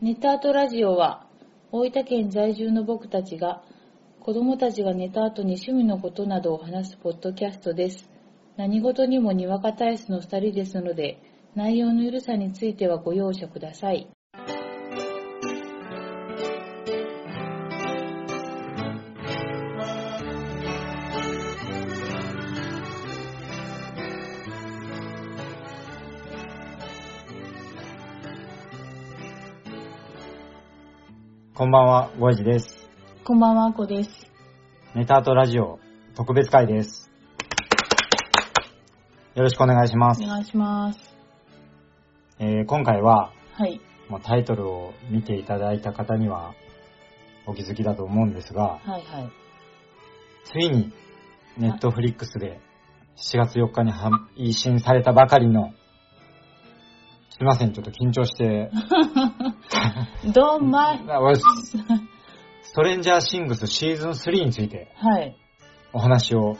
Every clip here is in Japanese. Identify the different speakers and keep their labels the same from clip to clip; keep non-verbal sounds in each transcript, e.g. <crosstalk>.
Speaker 1: ネタアートラジオは大分県在住の僕たちが子供たちが寝た後に趣味のことなどを話すポッドキャストです。何事にもにわか体質の2人ですので内容のゆるさについてはご容赦ください。
Speaker 2: こんばんは、ごえじです。
Speaker 1: こんばんは、あこです。
Speaker 2: ネタアートラジオ特別会です。よろしくお願いしま
Speaker 1: お
Speaker 2: す。
Speaker 1: 願いします。
Speaker 2: えー今回は、
Speaker 1: はい。
Speaker 2: もうタイトルを見ていただいた方にはお気づきだと思うんですが、
Speaker 1: はいはい。
Speaker 2: ついに、ネットフリックスで7月4日に配信されたばかりの、すいません、ちょっと緊張 <laughs> して、
Speaker 1: どんまい。
Speaker 2: あおいストレンジャーシングスシーズン3について
Speaker 1: はい。
Speaker 2: お話を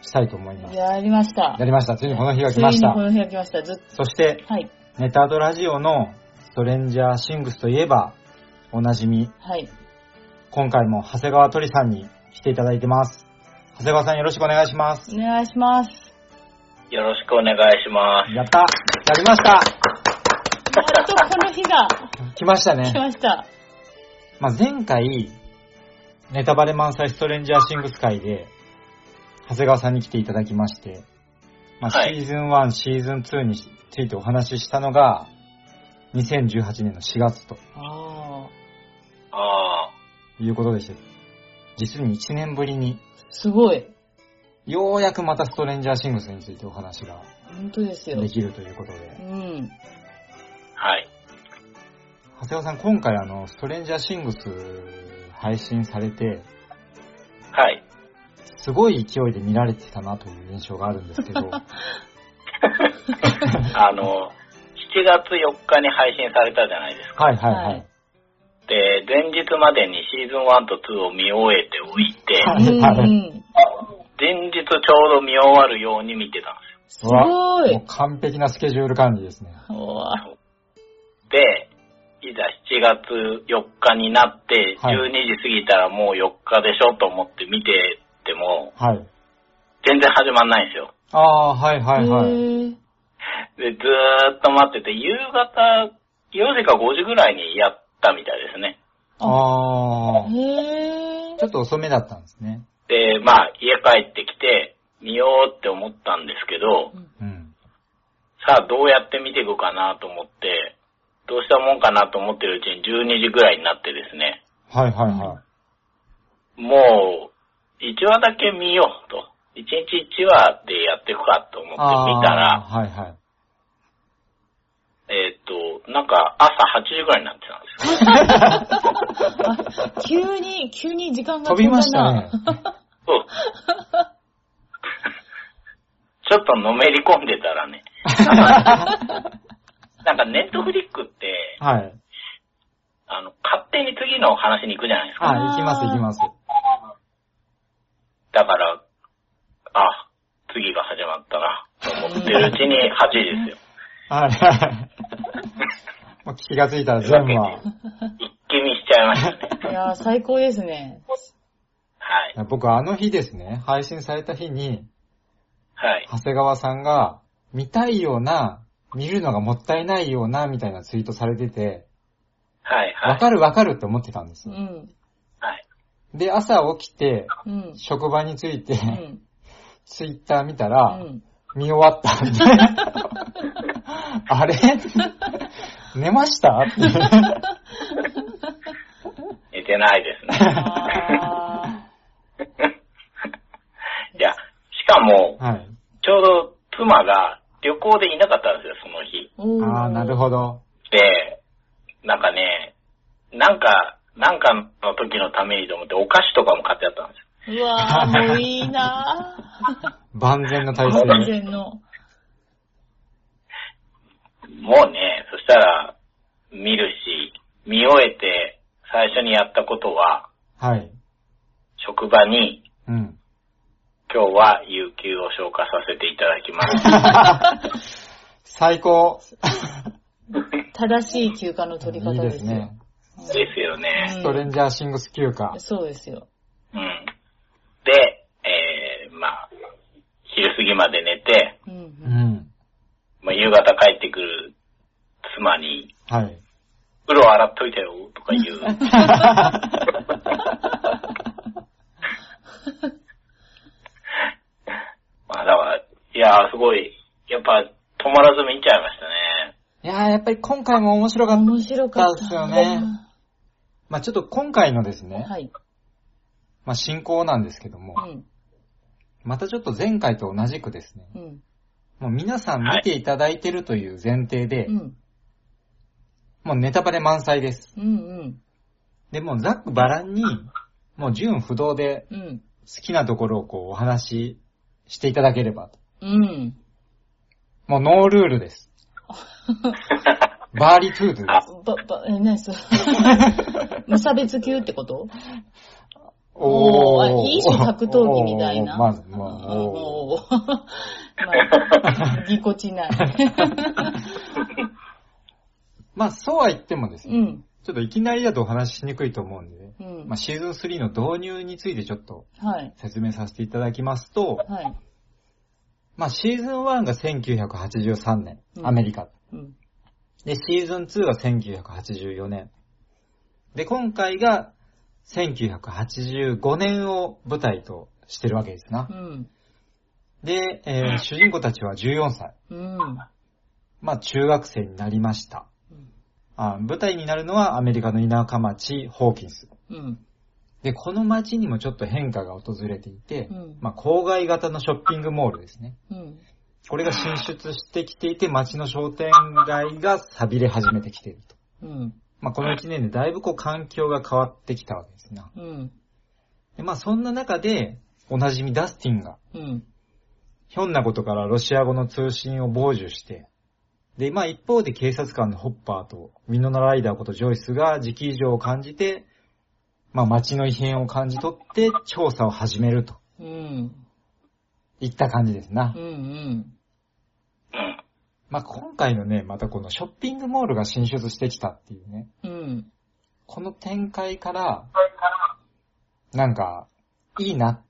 Speaker 2: したいと思います。
Speaker 1: やりました。
Speaker 2: やりました。ついにこの日が来まし
Speaker 1: ついにこ
Speaker 2: た。
Speaker 1: の日が来ました。ずっ
Speaker 2: そして、
Speaker 1: と。はい。
Speaker 2: ネタドラジオのストレンジャーシングスといえば、おなじみ、
Speaker 1: はい。
Speaker 2: 今回も長谷川鳥さんに来ていただいてます。長谷川さんよろしくお願いします。
Speaker 1: お願いします。
Speaker 3: よろしくお願いします。
Speaker 2: やったやりました
Speaker 1: やっとこの日が
Speaker 2: 来ましたね
Speaker 1: 来。ました。
Speaker 2: まあ、前回、ネタバレ満載ストレンジャーシングス会で、長谷川さんに来ていただきまして、まあ、シ
Speaker 3: はい
Speaker 2: ーズン1、シーズン2についてお話ししたのが、2018年の4月と
Speaker 1: <laughs> ああ。
Speaker 3: ああ、
Speaker 2: いうことでした。実に1年ぶりに、
Speaker 1: すごい。
Speaker 2: ようやくまたストレンジャーシングスについてお話が
Speaker 1: 本当ですよ。
Speaker 2: できるということ
Speaker 1: う
Speaker 2: で。
Speaker 1: ん。
Speaker 3: はい。
Speaker 2: 長谷川さん、今回あの、ストレンジャーシングス配信されて、 <laughs>
Speaker 3: はい。
Speaker 2: すごい勢いで見られてたなという印象があるんですけ
Speaker 1: <laughs>
Speaker 2: ど、
Speaker 3: あの、7月4日に配信されたじゃないですか。
Speaker 2: はいはいは
Speaker 1: はい
Speaker 2: い。
Speaker 3: で、前日までにシーズン1と2を見終えておいて、
Speaker 2: は
Speaker 1: うんうん。
Speaker 3: 前日ちょうど見終わるように見てたんです
Speaker 1: ご
Speaker 2: も。
Speaker 1: いう
Speaker 2: 完璧なスケジュール管理ですね。
Speaker 1: うわ
Speaker 3: よ。で、いざ7月4日になって、
Speaker 2: はい
Speaker 3: 12時過ぎたらもう4日でしょと思って見てても、
Speaker 2: はい。
Speaker 3: 全然始まんないんですよ。
Speaker 2: ああ、はいはいはい。
Speaker 1: へー
Speaker 3: で、ずーっと待ってて、夕方4時か5時ぐらいにやったみたいですね。
Speaker 2: ああ、
Speaker 1: へえ
Speaker 2: ちょっと遅めだったんですね。
Speaker 3: で、まあ、家帰ってきて、見ようって思ったんですけど、
Speaker 2: うん。
Speaker 3: さあ、どうやって見ていくかなと思って、どうしたもんかなと思ってるうちに12時ぐらいになってですね、
Speaker 2: はいはいは
Speaker 3: もう、1話だけ見ようと。1日1話でやっていくかと思っ
Speaker 2: い。
Speaker 3: て見たら、
Speaker 2: あーはいはい。
Speaker 3: えーっ、と、なんか朝8時ぐらいになってたんですよ。
Speaker 1: 急に、急に時間が
Speaker 2: 飛びましたね。
Speaker 3: そう <laughs> ちょっとのめり込んでたらね、
Speaker 2: <laughs>
Speaker 3: なんかネットフリックって、
Speaker 2: はい。
Speaker 3: あの、勝手に次の話に行くじゃないですか。
Speaker 2: はい、行きます行きます。
Speaker 3: だから、あ、次が始まったな、と思ってるうちに8時ですよ。
Speaker 2: はいはい。 <laughs> もう気がついたら全部は。
Speaker 3: 一気見しちゃいました
Speaker 2: <laughs>
Speaker 3: ね。
Speaker 1: いやー最高ですね。
Speaker 3: はい。
Speaker 2: 僕あの日ですね、配信された日に、
Speaker 3: はい。
Speaker 2: 長谷川さんが、見たいような、見るのがもったいないような、みたいなツイートされてて、
Speaker 3: はい。は
Speaker 2: わ
Speaker 3: い。
Speaker 2: かるわかるって思ってたんです
Speaker 1: う
Speaker 2: よ。
Speaker 1: ん。
Speaker 3: はい。
Speaker 2: で、朝起きて、
Speaker 1: うん。
Speaker 2: 職場について、
Speaker 1: うん。
Speaker 2: ツイッター見た
Speaker 1: う
Speaker 2: ら、
Speaker 1: ん。
Speaker 2: 見終わった
Speaker 1: <laughs>
Speaker 2: んで、あれ寝ま
Speaker 1: <laughs>
Speaker 2: したって
Speaker 3: 寝てないですね。
Speaker 2: <laughs>
Speaker 1: あ
Speaker 3: いや、しかも、
Speaker 2: はい。
Speaker 3: ちょうど妻が旅行でいなかったんですよ、その日。
Speaker 1: ーおー
Speaker 2: ああ、なるほど。
Speaker 3: で、なんかね、なんか、なんかの時のためにと思ってお菓子とかも買ってあったんです
Speaker 1: う
Speaker 3: よ。
Speaker 1: わーもういいな
Speaker 2: <laughs> 万全の体
Speaker 1: ー。完
Speaker 2: 制。
Speaker 1: 全の。
Speaker 3: もうね、そしたら、見るし、見終えて、最初にやったことは、
Speaker 2: はい。
Speaker 3: 職場に
Speaker 2: うん。
Speaker 3: 今日は有給を消化させていただきます。
Speaker 2: 最高。
Speaker 1: 正しい休暇の取り
Speaker 2: いい
Speaker 1: 方
Speaker 2: で
Speaker 1: ですよ。
Speaker 2: すね。
Speaker 3: ですよね。
Speaker 2: ストレンジャーシングス休
Speaker 1: う
Speaker 2: 暇
Speaker 1: ん。そうですよ。
Speaker 3: うん。で、えー、まあ、昼過ぎまで寝て、
Speaker 1: うんう、
Speaker 2: うんん。
Speaker 3: まあ、夕方帰ってくる妻に、
Speaker 1: <laughs>
Speaker 2: はい。
Speaker 3: 風呂洗っといたよ、とか言う。まあ、だから、いやー、すごい、やっぱ、止まらず見ちゃいましたね。
Speaker 2: いやー、やっぱり今回も面白かった。
Speaker 1: 面白かった。
Speaker 2: ですよねまあちょっと今回のですね、
Speaker 1: はい。
Speaker 2: まあ進行なんですけども、
Speaker 1: うん。
Speaker 2: またちょっと前回と同じくですね、
Speaker 1: うん。
Speaker 2: もう皆さん見ていただいてるという前提で、
Speaker 1: うん。
Speaker 2: もうネタバレ満載です。
Speaker 1: うん。
Speaker 2: で、もうざっくばらんに、もう純不動で
Speaker 1: うん。うん。
Speaker 2: 好きなところをこうお話ししていただければと。
Speaker 1: うん。
Speaker 2: もうノールー
Speaker 1: <laughs>
Speaker 2: ルです。バーリトゥードゥです。
Speaker 1: ば、ば、え、何それ。無差別級ってこと
Speaker 2: おー。
Speaker 1: あいい種格闘技みたいな。
Speaker 2: おーまず、ま
Speaker 1: うん
Speaker 2: あ、おー。
Speaker 1: おーまあ、ぎこちない。
Speaker 2: まあ、そうは言ってもです
Speaker 1: う
Speaker 2: ね、
Speaker 1: ん。
Speaker 2: ちょっといきなりだとお話ししにくいと思うんでね、
Speaker 1: うん
Speaker 2: まあ、。シーズン3の導入についてちょっと
Speaker 1: はい。
Speaker 2: 説明させていただきますと、
Speaker 1: はい。
Speaker 2: まあ、シーズン1が1983年
Speaker 1: う、ん
Speaker 2: アメリカ。
Speaker 1: うん。
Speaker 2: で、シーズン2が1984年。で、今回が1985年を舞台としてるわけですな
Speaker 1: う。ん。
Speaker 2: で、えー主人公たちは14歳。
Speaker 1: うん。
Speaker 2: まあ、中学生になりました。あ舞台になるのはアメリカの田舎町、ホーキンス。
Speaker 1: うん。
Speaker 2: で、この町にもちょっと変化が訪れていて、
Speaker 1: うん
Speaker 2: まあ、郊外型のショッピングモールですね。
Speaker 1: うん。
Speaker 2: これが進出してきていて、町の商店街が錆びれ始めてきていると。
Speaker 1: うん。
Speaker 2: まあ、この1年でだいぶこう環境が変わってきたわけですな。
Speaker 1: うん。
Speaker 2: でまあ、そんな中で、おなじみダスティンが、
Speaker 1: うん。
Speaker 2: ひょんなことからロシア語の通信を傍受して、で、まあ一方で警察官のホッパーとウィノナライダーことジョイスが時期異常を感じて、まあ街の異変を感じ取って調査を始めると
Speaker 1: うん。
Speaker 2: いった感じですな
Speaker 1: う。ん。
Speaker 3: うん。
Speaker 2: まあ今回のね、またこのショッピングモールが進出してきたっていうね、
Speaker 1: うん。うん。
Speaker 2: この展開から、なんか、いいな。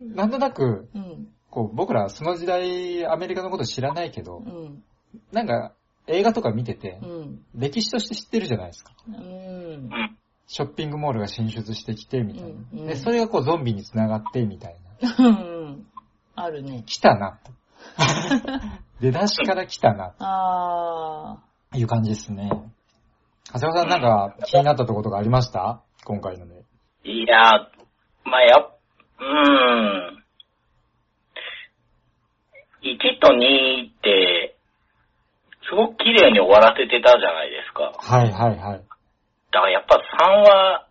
Speaker 2: なんとなく、
Speaker 1: うん。
Speaker 2: こう、僕らその時代アメリカのこと知らないけど、
Speaker 1: うん。
Speaker 2: なんか映画とか見てて
Speaker 1: う、ん。
Speaker 2: 歴史として知ってるじゃないですか。
Speaker 1: うん
Speaker 3: う。ん。
Speaker 2: ショッピングモールが進出してきて、みたい
Speaker 1: うんう
Speaker 2: な。
Speaker 1: ん
Speaker 2: で、それがこうゾンビに繋がって、みたいな。
Speaker 1: うん。あるね。
Speaker 2: 来たな、
Speaker 1: <laughs>
Speaker 2: と。出だしから来たな、
Speaker 1: あ
Speaker 2: という感じですね。長谷川さんなんか気になったところとかありました今回のね。
Speaker 3: いやー、まあ、やっ、うーん。1と2って、すごく綺麗に終わらせてたじゃないですか。
Speaker 2: はいはいはい。
Speaker 3: だからやっぱ3は、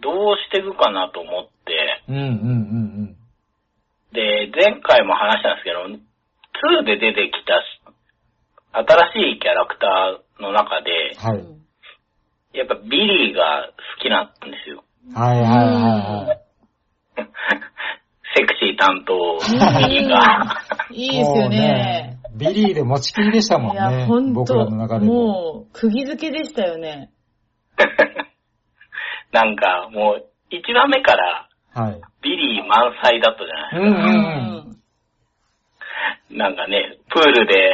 Speaker 3: どうしていくかなと思って、
Speaker 2: うんうんうん
Speaker 3: で、前回も話したんですけど、2で出てきたし新しいキャラクターの中で
Speaker 2: うん。、は
Speaker 1: あ。
Speaker 2: い。
Speaker 1: うん
Speaker 3: やっぱビリーが好きなんですよ。 <laughs>
Speaker 2: はいはいはいはい。
Speaker 3: セクシー担当、ビリーが。
Speaker 1: いいですよね。
Speaker 2: もうね。ビリーで持ちきりでしたもん
Speaker 1: いや、
Speaker 2: ね
Speaker 1: ほ。ん
Speaker 2: 僕
Speaker 1: と、
Speaker 2: らの中でも。
Speaker 1: もう、釘付けでしたよね。
Speaker 3: <laughs> なんか、もう、一番目から
Speaker 2: はい。
Speaker 3: ビリー満載だったじゃな
Speaker 2: う
Speaker 3: い
Speaker 2: んう。
Speaker 1: うん
Speaker 3: なんかね、プールで、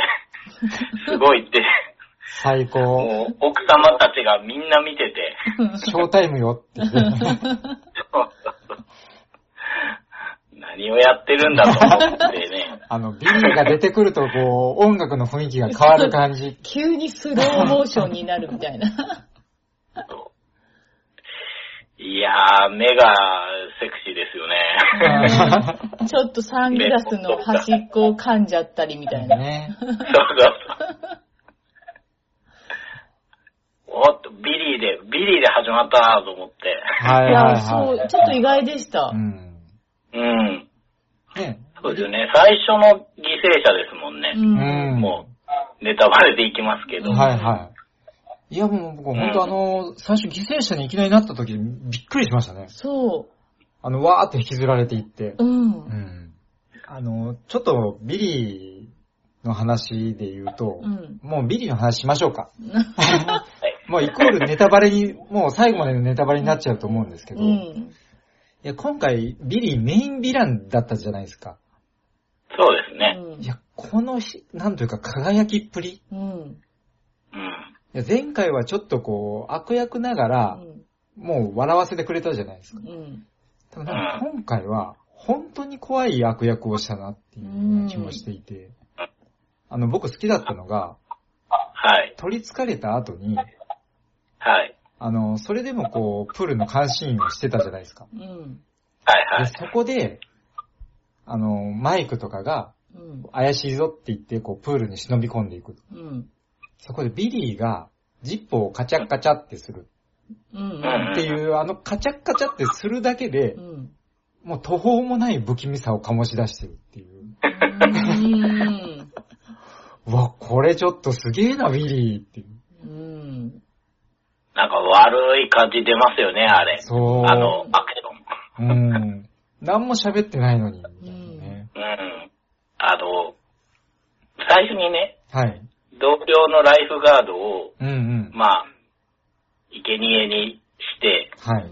Speaker 3: すごいって、
Speaker 2: 最高。
Speaker 3: もう、奥様たちがみんな見てて、 <laughs>
Speaker 2: ショータイムよ
Speaker 1: <laughs>
Speaker 2: って。
Speaker 3: 何をやってるんだと思ってね。
Speaker 2: あの、ビリーが出てくると、こう、音楽の雰囲気が変わる感じ。
Speaker 1: 急にスローモーションになるみたいな。
Speaker 3: いやー、目がセクシーですよね。
Speaker 1: ちょっとサングラスの端っこを噛んじゃったりみたいな。
Speaker 2: ね。
Speaker 3: そうそうそう。おっと、ビリーで、ビリーで始まったなと思って。
Speaker 2: はいいはい
Speaker 1: や、そ
Speaker 2: は
Speaker 1: う、
Speaker 2: い。
Speaker 1: ちょっと意外でした
Speaker 2: う。ん。
Speaker 3: うん。
Speaker 2: ね。
Speaker 3: そうですよね。最初の犠牲者ですもんね
Speaker 1: う。。
Speaker 2: うんん。
Speaker 3: もう、ネタバレでいきますけど。
Speaker 2: はいはい。いや、もう僕、本当あの、最初犠牲者にいきなりなった時、びっくりしましたね。
Speaker 1: そ
Speaker 2: あの、わーって引きずられていって
Speaker 1: う。。う。
Speaker 2: うんん。あの、ちょっと、ビリー、の話で言うと、
Speaker 1: うん
Speaker 2: もうビリの話しましょうか。
Speaker 3: はい。
Speaker 2: もうイコールネタバレに、もう最後までのネタバレになっちゃうと思うんですけど、
Speaker 1: う
Speaker 2: い
Speaker 1: ん。
Speaker 2: や今回ビリーメインヴィランだったじゃないですか。
Speaker 3: そうですね。
Speaker 2: いや、このひ、なんというか輝きっぷり。い
Speaker 1: うん。
Speaker 3: うん。
Speaker 2: や前回はちょっとこう、悪役なが
Speaker 1: う
Speaker 2: ら、
Speaker 1: ん。
Speaker 2: もう笑わせてくれたじゃないですか。
Speaker 1: うん。
Speaker 2: ただなんか今回は、本当に怖い悪役をしたなっていうような気もしていて、あの、僕好きだったのが、
Speaker 3: はい。
Speaker 2: 取り憑かれた後に、
Speaker 3: はい。
Speaker 2: あの、それでもこう、プールの監視員をしてたじゃないですか。
Speaker 1: うん。
Speaker 3: はい
Speaker 2: で、
Speaker 3: はい。
Speaker 2: そこで、あの、マイクとかが、
Speaker 1: うん。
Speaker 2: 怪しいぞって言って、こう、プールに忍び込んでいく。
Speaker 1: うん。
Speaker 2: そこでビリーが、ジッポをカチャカチャってする
Speaker 1: うん。
Speaker 2: っていう、あの、カチャカチャってするだけで
Speaker 1: う、ん。
Speaker 2: もう途方もない不気味さを醸し出してるっていう。
Speaker 1: うん。
Speaker 2: うわ、これちょっとすげえな、ビリーっていう。
Speaker 1: うん。
Speaker 3: なんか悪い感じ出ますよね、あれ。
Speaker 2: そう。
Speaker 3: あの、アクション。
Speaker 2: うん。何も喋ってないのに、みたいなね。
Speaker 3: うん。あの、最初にね、
Speaker 2: はい。
Speaker 3: 同僚のライフガードを、
Speaker 2: うんうん。
Speaker 3: まあ、生贄にして、
Speaker 2: はい。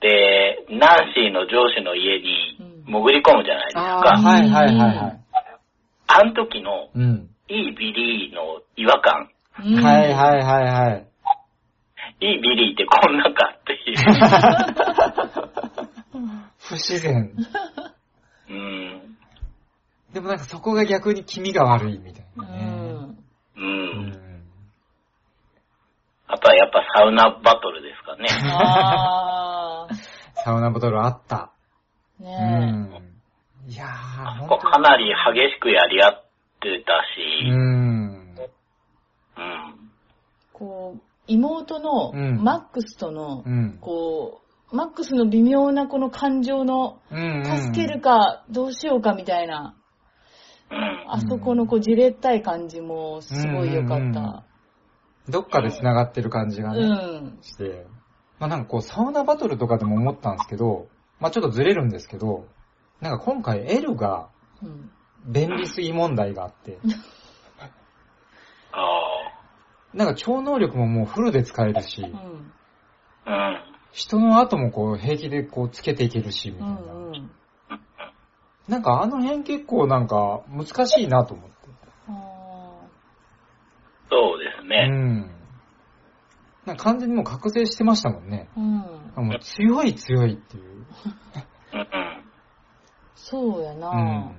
Speaker 3: で、ナンシーの上司の家に潜り込むじゃないです
Speaker 2: ああ、
Speaker 3: か。
Speaker 2: はいはいはいはい。
Speaker 3: あの時の、
Speaker 2: うん。
Speaker 3: いいビリーの違和感。
Speaker 2: はいはいはいはい。
Speaker 3: いいビリーってこんなかっていう。 <laughs>
Speaker 2: 不自然。
Speaker 3: うん。
Speaker 2: でもなんかそこが逆に気味が悪いみたいなね。
Speaker 3: う。
Speaker 2: うんん。
Speaker 3: あとはやっぱサウナバトルですかね。
Speaker 1: あ
Speaker 2: サウナボトルあった。
Speaker 1: ー。
Speaker 2: う
Speaker 1: ね
Speaker 2: ん。いやー、
Speaker 3: あそ
Speaker 2: ほ
Speaker 3: こかなり激しくやり合ってた
Speaker 2: う
Speaker 3: し、
Speaker 2: ん。
Speaker 3: うん。
Speaker 1: え。こう、妹の
Speaker 2: うん
Speaker 1: マックスとの
Speaker 2: う、ん。
Speaker 1: こう、マックスの微妙なこの感情の、
Speaker 2: うん。
Speaker 1: 助ける。かどうしようかみたいな、
Speaker 3: うん。
Speaker 1: あそこのこうじれったい感じもすごい良かった。
Speaker 2: どっかで繋がってる感じ
Speaker 1: う
Speaker 2: が
Speaker 1: ん。
Speaker 2: ね。して、まあなんかこう、サウナバトルとかでも思ったんですけど、まあちょっとずれるんですけど、なんか今回 L が
Speaker 1: うん
Speaker 2: 便利すぎ問題があって、
Speaker 3: あ
Speaker 2: なんか超能力ももうフルで使えるし、
Speaker 1: うん
Speaker 3: あ。うん。
Speaker 2: 人の後もこう平気でこうつけていけるし、み
Speaker 1: う
Speaker 2: たいな。
Speaker 1: んうん
Speaker 2: なんかあの辺結構なんか難しいなと思って。
Speaker 1: あ
Speaker 3: そうです
Speaker 2: う
Speaker 3: ね。
Speaker 2: ん。なんか完全にもう覚醒してましたもんね。
Speaker 1: ーうん
Speaker 2: もう強い強いっていう。
Speaker 3: うん。うん。
Speaker 1: そうや
Speaker 2: う。
Speaker 1: なん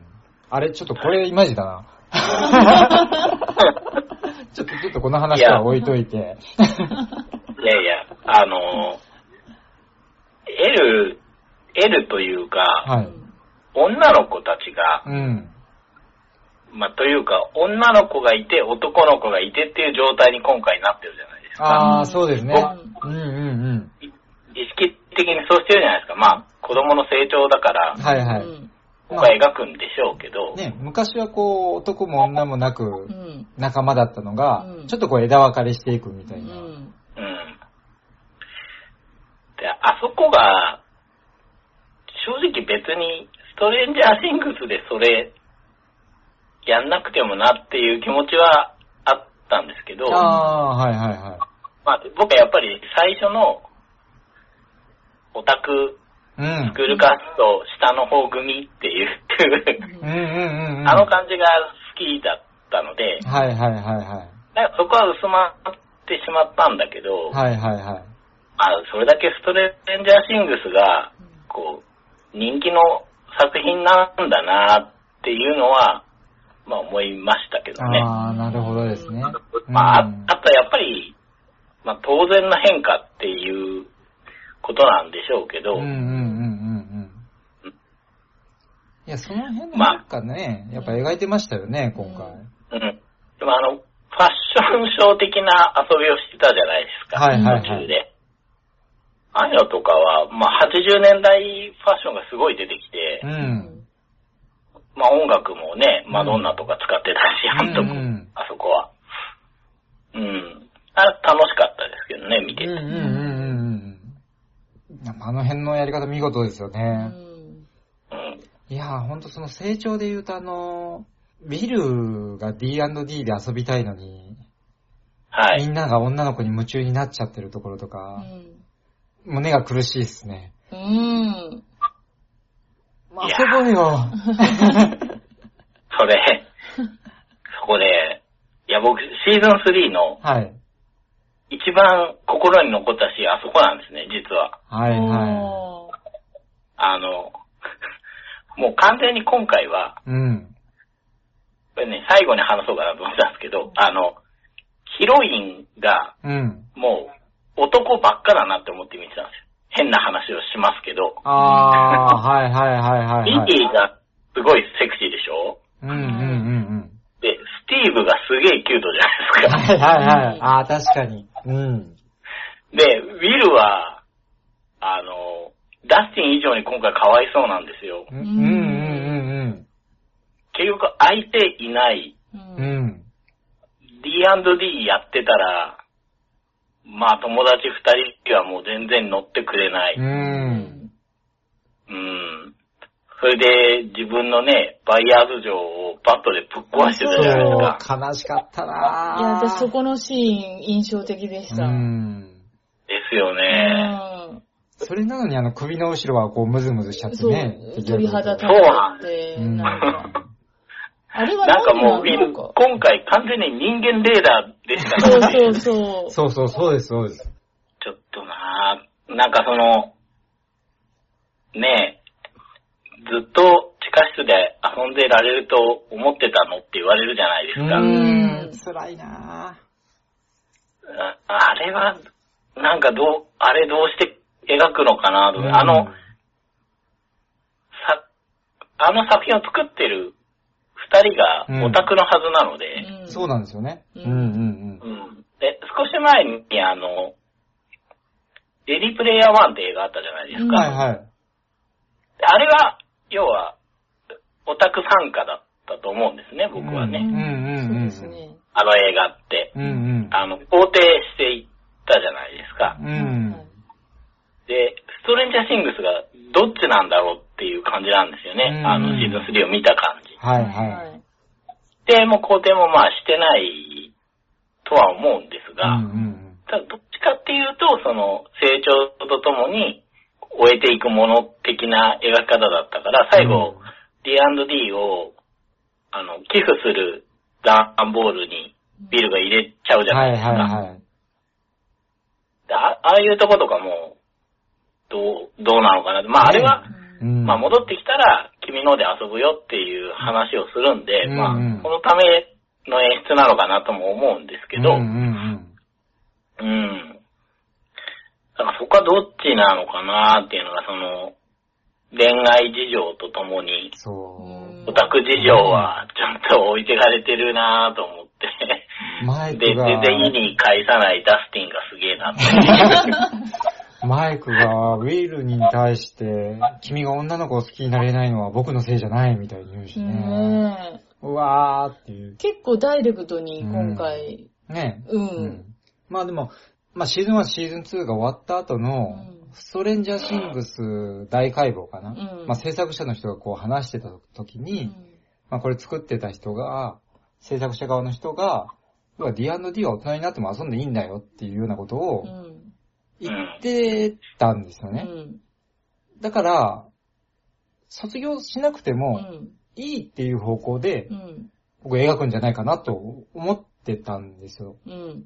Speaker 2: あれ、ちょっとこれイマジだな。
Speaker 1: <laughs>
Speaker 2: ちょっと、ちょっとこの話は置いといて。
Speaker 3: いやいや、あの、L、L というか、
Speaker 2: はい。
Speaker 3: 女の子たちが、
Speaker 2: うん。
Speaker 3: まあ、というか、女の子がいて、男の子がいてっていう状態に今回なってるじゃないですか。
Speaker 2: ああ、そうですね。
Speaker 1: う
Speaker 2: うんうん
Speaker 3: 意識的にそうしてるじゃないですか。まあ、子供の成長だから
Speaker 2: うん。、はい
Speaker 1: うん
Speaker 2: はい。
Speaker 3: 僕は描くんでしょうけど、
Speaker 2: ね、昔はこう、男も女もなく
Speaker 1: う、ん
Speaker 2: 仲間だったのが
Speaker 1: うん、
Speaker 2: ちょっとこう枝分かれしていくみた
Speaker 1: う
Speaker 2: いな。
Speaker 1: ん
Speaker 3: うん。で、あそこが、正直別に、ストレンジャーシングスでそれ、やんなくてもなっていう気持ちはあったんですけど、
Speaker 2: ああー、はいはいはい。
Speaker 3: まあ、僕はやっぱり最初の、オタク、
Speaker 2: うん。
Speaker 3: スクールカスト、下の方組っていう
Speaker 1: う
Speaker 2: うん
Speaker 1: ん
Speaker 2: うんうんうん。
Speaker 3: <laughs> あの感じが好きだったので、
Speaker 2: はいはいはいはい。
Speaker 3: なんかそこは薄まってしまったんだけど、
Speaker 2: はいはいはい。
Speaker 3: まあ、それだけストレンジャーシングスが、こう、人気の作品なんだなっていうのは、まあ思いましたけどね。
Speaker 2: ああ、なるほどですね。
Speaker 3: まあ、あ
Speaker 2: うん
Speaker 3: あとやっぱり、まあ当然の変化っていうことなんでしょうけど、
Speaker 2: うんうんうんうんう
Speaker 3: うん
Speaker 2: ん。いや、その辺もなんかね、やっぱ描いてましたよね、今回。
Speaker 3: うん。でもあの、ファッションショー的な遊びをしてたじゃないですか、
Speaker 2: はいはいはい
Speaker 3: 途中で。ああいうのとかは、まあ80年代ファッションがすごい出てきて、
Speaker 2: う。
Speaker 1: うん
Speaker 3: まあ音楽もね、マドンナ
Speaker 2: うん
Speaker 3: とか使ってたし、あんとこ
Speaker 2: うんうん
Speaker 3: あそこは。うん。あれ楽しかったですけどね、見
Speaker 2: うん
Speaker 3: て
Speaker 2: うん
Speaker 3: て。
Speaker 2: うんうんうん。やっぱあの辺のやり方見事ですよね。
Speaker 1: ん
Speaker 3: うん。
Speaker 2: いやー、ほんとその成長で言うとあのービルが D&D で遊びたいのに、
Speaker 3: は
Speaker 2: み
Speaker 3: い。
Speaker 2: んなが女の子に夢中になっちゃってるところとか、胸が苦しいっすね。
Speaker 1: うん。うん。
Speaker 3: いや
Speaker 2: 遊ぼ
Speaker 1: <laughs>
Speaker 2: うよ。
Speaker 3: それ、そこで、いや、僕、シーズン3の
Speaker 2: はい。
Speaker 3: 一番心に残ったシーン、あそこなんですね、実は。
Speaker 2: はいは
Speaker 1: おー
Speaker 3: あの、もう完全に今回は、
Speaker 2: い。うん。
Speaker 3: これね、最後に話そうかなと思ったんですけど、あの、ヒロインが
Speaker 2: うん。
Speaker 3: もう男ばっかだなって思って見てたんですよ。変な話をしますけど、
Speaker 2: あー、はいはいはいはい、
Speaker 3: ビ
Speaker 2: はい。
Speaker 3: ギーがすごいセクシーでしょ
Speaker 2: うんうんうんうん。
Speaker 3: で、スティーブがすげえキュートじゃないです
Speaker 2: <laughs> はいはいはい。あー、確かに。うん。
Speaker 3: か。で、ウィルは、あの、ダスティン以上に今回かわいそうなんですよ。
Speaker 2: うんうん
Speaker 3: 結局相手いない、
Speaker 2: うんうん。う
Speaker 1: うん
Speaker 2: ん。
Speaker 3: D&D やってたら、まあ友達二人はもう全然乗ってくれない。
Speaker 2: うん。
Speaker 3: うん。それで自分のね、バイヤーズ城をバットでぶっ壊して
Speaker 2: そ
Speaker 3: た
Speaker 2: う、
Speaker 3: じゃないですか。
Speaker 2: 悲しかった
Speaker 1: い
Speaker 2: なー
Speaker 1: や、私そこのシーン印象的でした。
Speaker 2: う
Speaker 1: うん。
Speaker 2: ん。
Speaker 3: ですよね。
Speaker 2: それなのにあの首の後ろはこうムズムズしちゃって
Speaker 1: そう
Speaker 2: ね。、
Speaker 1: 鳥肌立
Speaker 3: そうなん
Speaker 1: って、
Speaker 2: うん
Speaker 1: なんか。あれは
Speaker 3: なんかも
Speaker 1: 何
Speaker 3: う、
Speaker 1: で
Speaker 3: み
Speaker 1: なんのか。
Speaker 3: 今回完全に人間レーダーでしたか
Speaker 1: そう
Speaker 3: らね。
Speaker 1: そうそう。
Speaker 2: そうそう、そうです、そうです。
Speaker 3: ちょっとなぁ、なんかその、ねえ、ずっと地下室で遊んでられると思ってたのって言われるじゃないです
Speaker 2: うー
Speaker 3: か。
Speaker 2: ん、辛いな
Speaker 3: ああれは、なんかどう、あれどうして描くのかなと、
Speaker 2: ぁ
Speaker 3: あの、さ、あの作品を作ってる二人が
Speaker 2: うん
Speaker 3: オタクのはずなので、
Speaker 1: うん
Speaker 2: そうなんですよね。う
Speaker 1: うんん
Speaker 2: うん
Speaker 3: うんで、少し前にあの、レディープレイヤー1って映画あったじゃないです
Speaker 2: うん。
Speaker 3: か。
Speaker 2: はいはい。
Speaker 3: であれは、要は、オタク参加だったと思うんですね、僕はね。
Speaker 2: うんうんうんうん
Speaker 1: そうですね。
Speaker 3: あの映画って。
Speaker 2: うんうん。
Speaker 3: あの、肯定していったじゃないですか
Speaker 2: う。ん。
Speaker 3: で、ストレンジャーシングスがどっちなんだろうっていう感じなんですよね。
Speaker 2: うん
Speaker 3: あの、シーズン3を見た感じ。
Speaker 2: はい
Speaker 1: は。
Speaker 2: はい
Speaker 3: で、もう肯定もまあしてないとは思うんです
Speaker 2: い。
Speaker 3: が、
Speaker 2: うんうん
Speaker 3: ただどっちかっていうと、その、成長とともに終えていくもの的な描き方だったから、最後、D&D を、あの、寄付する段ボールにビルが入れちゃうじゃ
Speaker 2: は
Speaker 3: ないい
Speaker 2: は
Speaker 3: で
Speaker 2: い
Speaker 3: すか。
Speaker 2: はい。
Speaker 3: であああいうとことかも、どう、どうなのかな。まあ、あれは、
Speaker 1: う
Speaker 2: うんん
Speaker 3: まあ、戻ってきたら、君ので遊ぶよっていう話をするんで、
Speaker 2: うん
Speaker 3: ま
Speaker 2: うん
Speaker 3: あ、このための演出なのかなとも思うんですけど、
Speaker 2: うんうん
Speaker 3: うん。だからそこはどっちなのかなっていうのが、その、恋愛事情とともに
Speaker 2: うん。、そう。
Speaker 3: オタク事情はちょっと置いてかれてるなと思って、
Speaker 2: マイ
Speaker 3: で、
Speaker 2: クが、
Speaker 3: 全然意に介さないダスティンがすげえなって。
Speaker 2: マイクがウィルに対して、君が女の子を好きになれないのは僕のせいじゃないみたいに言うしね。
Speaker 1: ねえ
Speaker 2: うわーっていう。
Speaker 1: 結構ダイレクトに今回、
Speaker 2: ね。
Speaker 1: うん。
Speaker 2: まあでも、まあシーズン1、シーズン2が終わった後の
Speaker 1: うん、
Speaker 2: ストレンジャーシングス大解剖かな。
Speaker 1: うん
Speaker 2: まあ制作者の人がこう話してた時に、まあこれ作ってた人が、制作者側の人が、要は D&D は大人になっても遊んでいいんだよっていうようなこと
Speaker 1: う
Speaker 2: を
Speaker 1: ん。
Speaker 2: 言ってたんですよ
Speaker 1: う
Speaker 2: ね。
Speaker 1: ん。
Speaker 2: だから、卒業しなくて
Speaker 1: う
Speaker 2: も
Speaker 1: ん。
Speaker 2: いいっていう方向で
Speaker 1: う、ん。
Speaker 2: 僕描くんじゃないかなと思ってたんですよ。
Speaker 1: うん。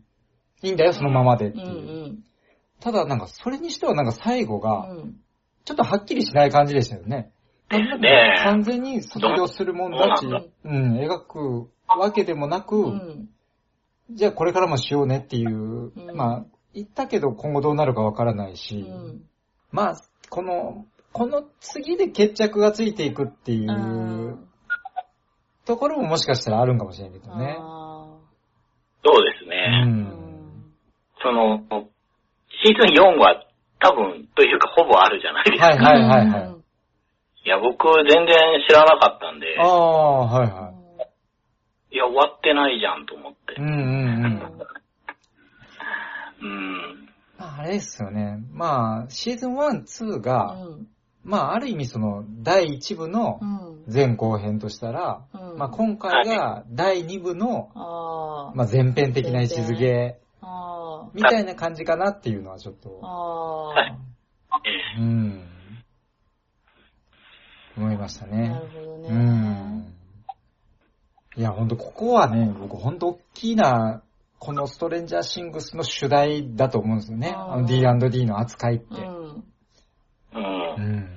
Speaker 2: いいんだよ、そのままでって
Speaker 1: うん。
Speaker 2: い
Speaker 1: う
Speaker 2: う。
Speaker 1: ん。
Speaker 2: ただなんか、それにしてはなんか最後
Speaker 1: う
Speaker 2: が、
Speaker 1: ん。
Speaker 2: ちょっとはっきりしない感じでしたよね。
Speaker 3: ですね
Speaker 2: 完全に卒業するもんだし、
Speaker 3: ど
Speaker 1: う
Speaker 2: うん、描くわけでもなく、
Speaker 1: うん。
Speaker 2: じゃあこれからもしようねっていう、
Speaker 1: うん
Speaker 2: まあ、言ったけど今後どうなるかわからないうし、
Speaker 1: ん。
Speaker 2: まあ、この、この次で決着がついていくってい
Speaker 1: あ
Speaker 2: うところももしかしたらあるんかもしれんけど
Speaker 1: ー
Speaker 2: ね。
Speaker 1: あ
Speaker 3: そうです
Speaker 2: う。
Speaker 1: ー。
Speaker 3: ね。
Speaker 1: うんん。
Speaker 3: その、シーズン4は多分というかほぼあるじゃないですか。、
Speaker 2: はいいはいはいはい。
Speaker 3: や、僕全然知らなかったんで、
Speaker 2: ああ、はいはい
Speaker 3: や、終わってないじゃんと思って
Speaker 2: い。う。んうんうん。
Speaker 3: うん。
Speaker 2: まあ、あれですよね。まあ、シーズン1、2が、
Speaker 1: うん。
Speaker 2: まあ、ある意味その、第1部の
Speaker 1: うん。
Speaker 2: 前後編としたら、
Speaker 1: うん。うん
Speaker 2: まあ、今回が第2部の、
Speaker 1: あー
Speaker 2: まあ、前編的な位置づけ
Speaker 1: あー
Speaker 2: みたいな感じかなっていうのはちょっと、
Speaker 1: あ
Speaker 3: はい
Speaker 2: うん、思いました
Speaker 1: ー
Speaker 2: ね。
Speaker 1: なるほどね。
Speaker 2: うん。いや、ほんと、ここはね、僕ほんと大きな、このストレンジャーシングスの主題だと思うんですよね。
Speaker 1: あー
Speaker 2: あの D&D の扱いって。
Speaker 1: うん
Speaker 3: う。
Speaker 2: うんん。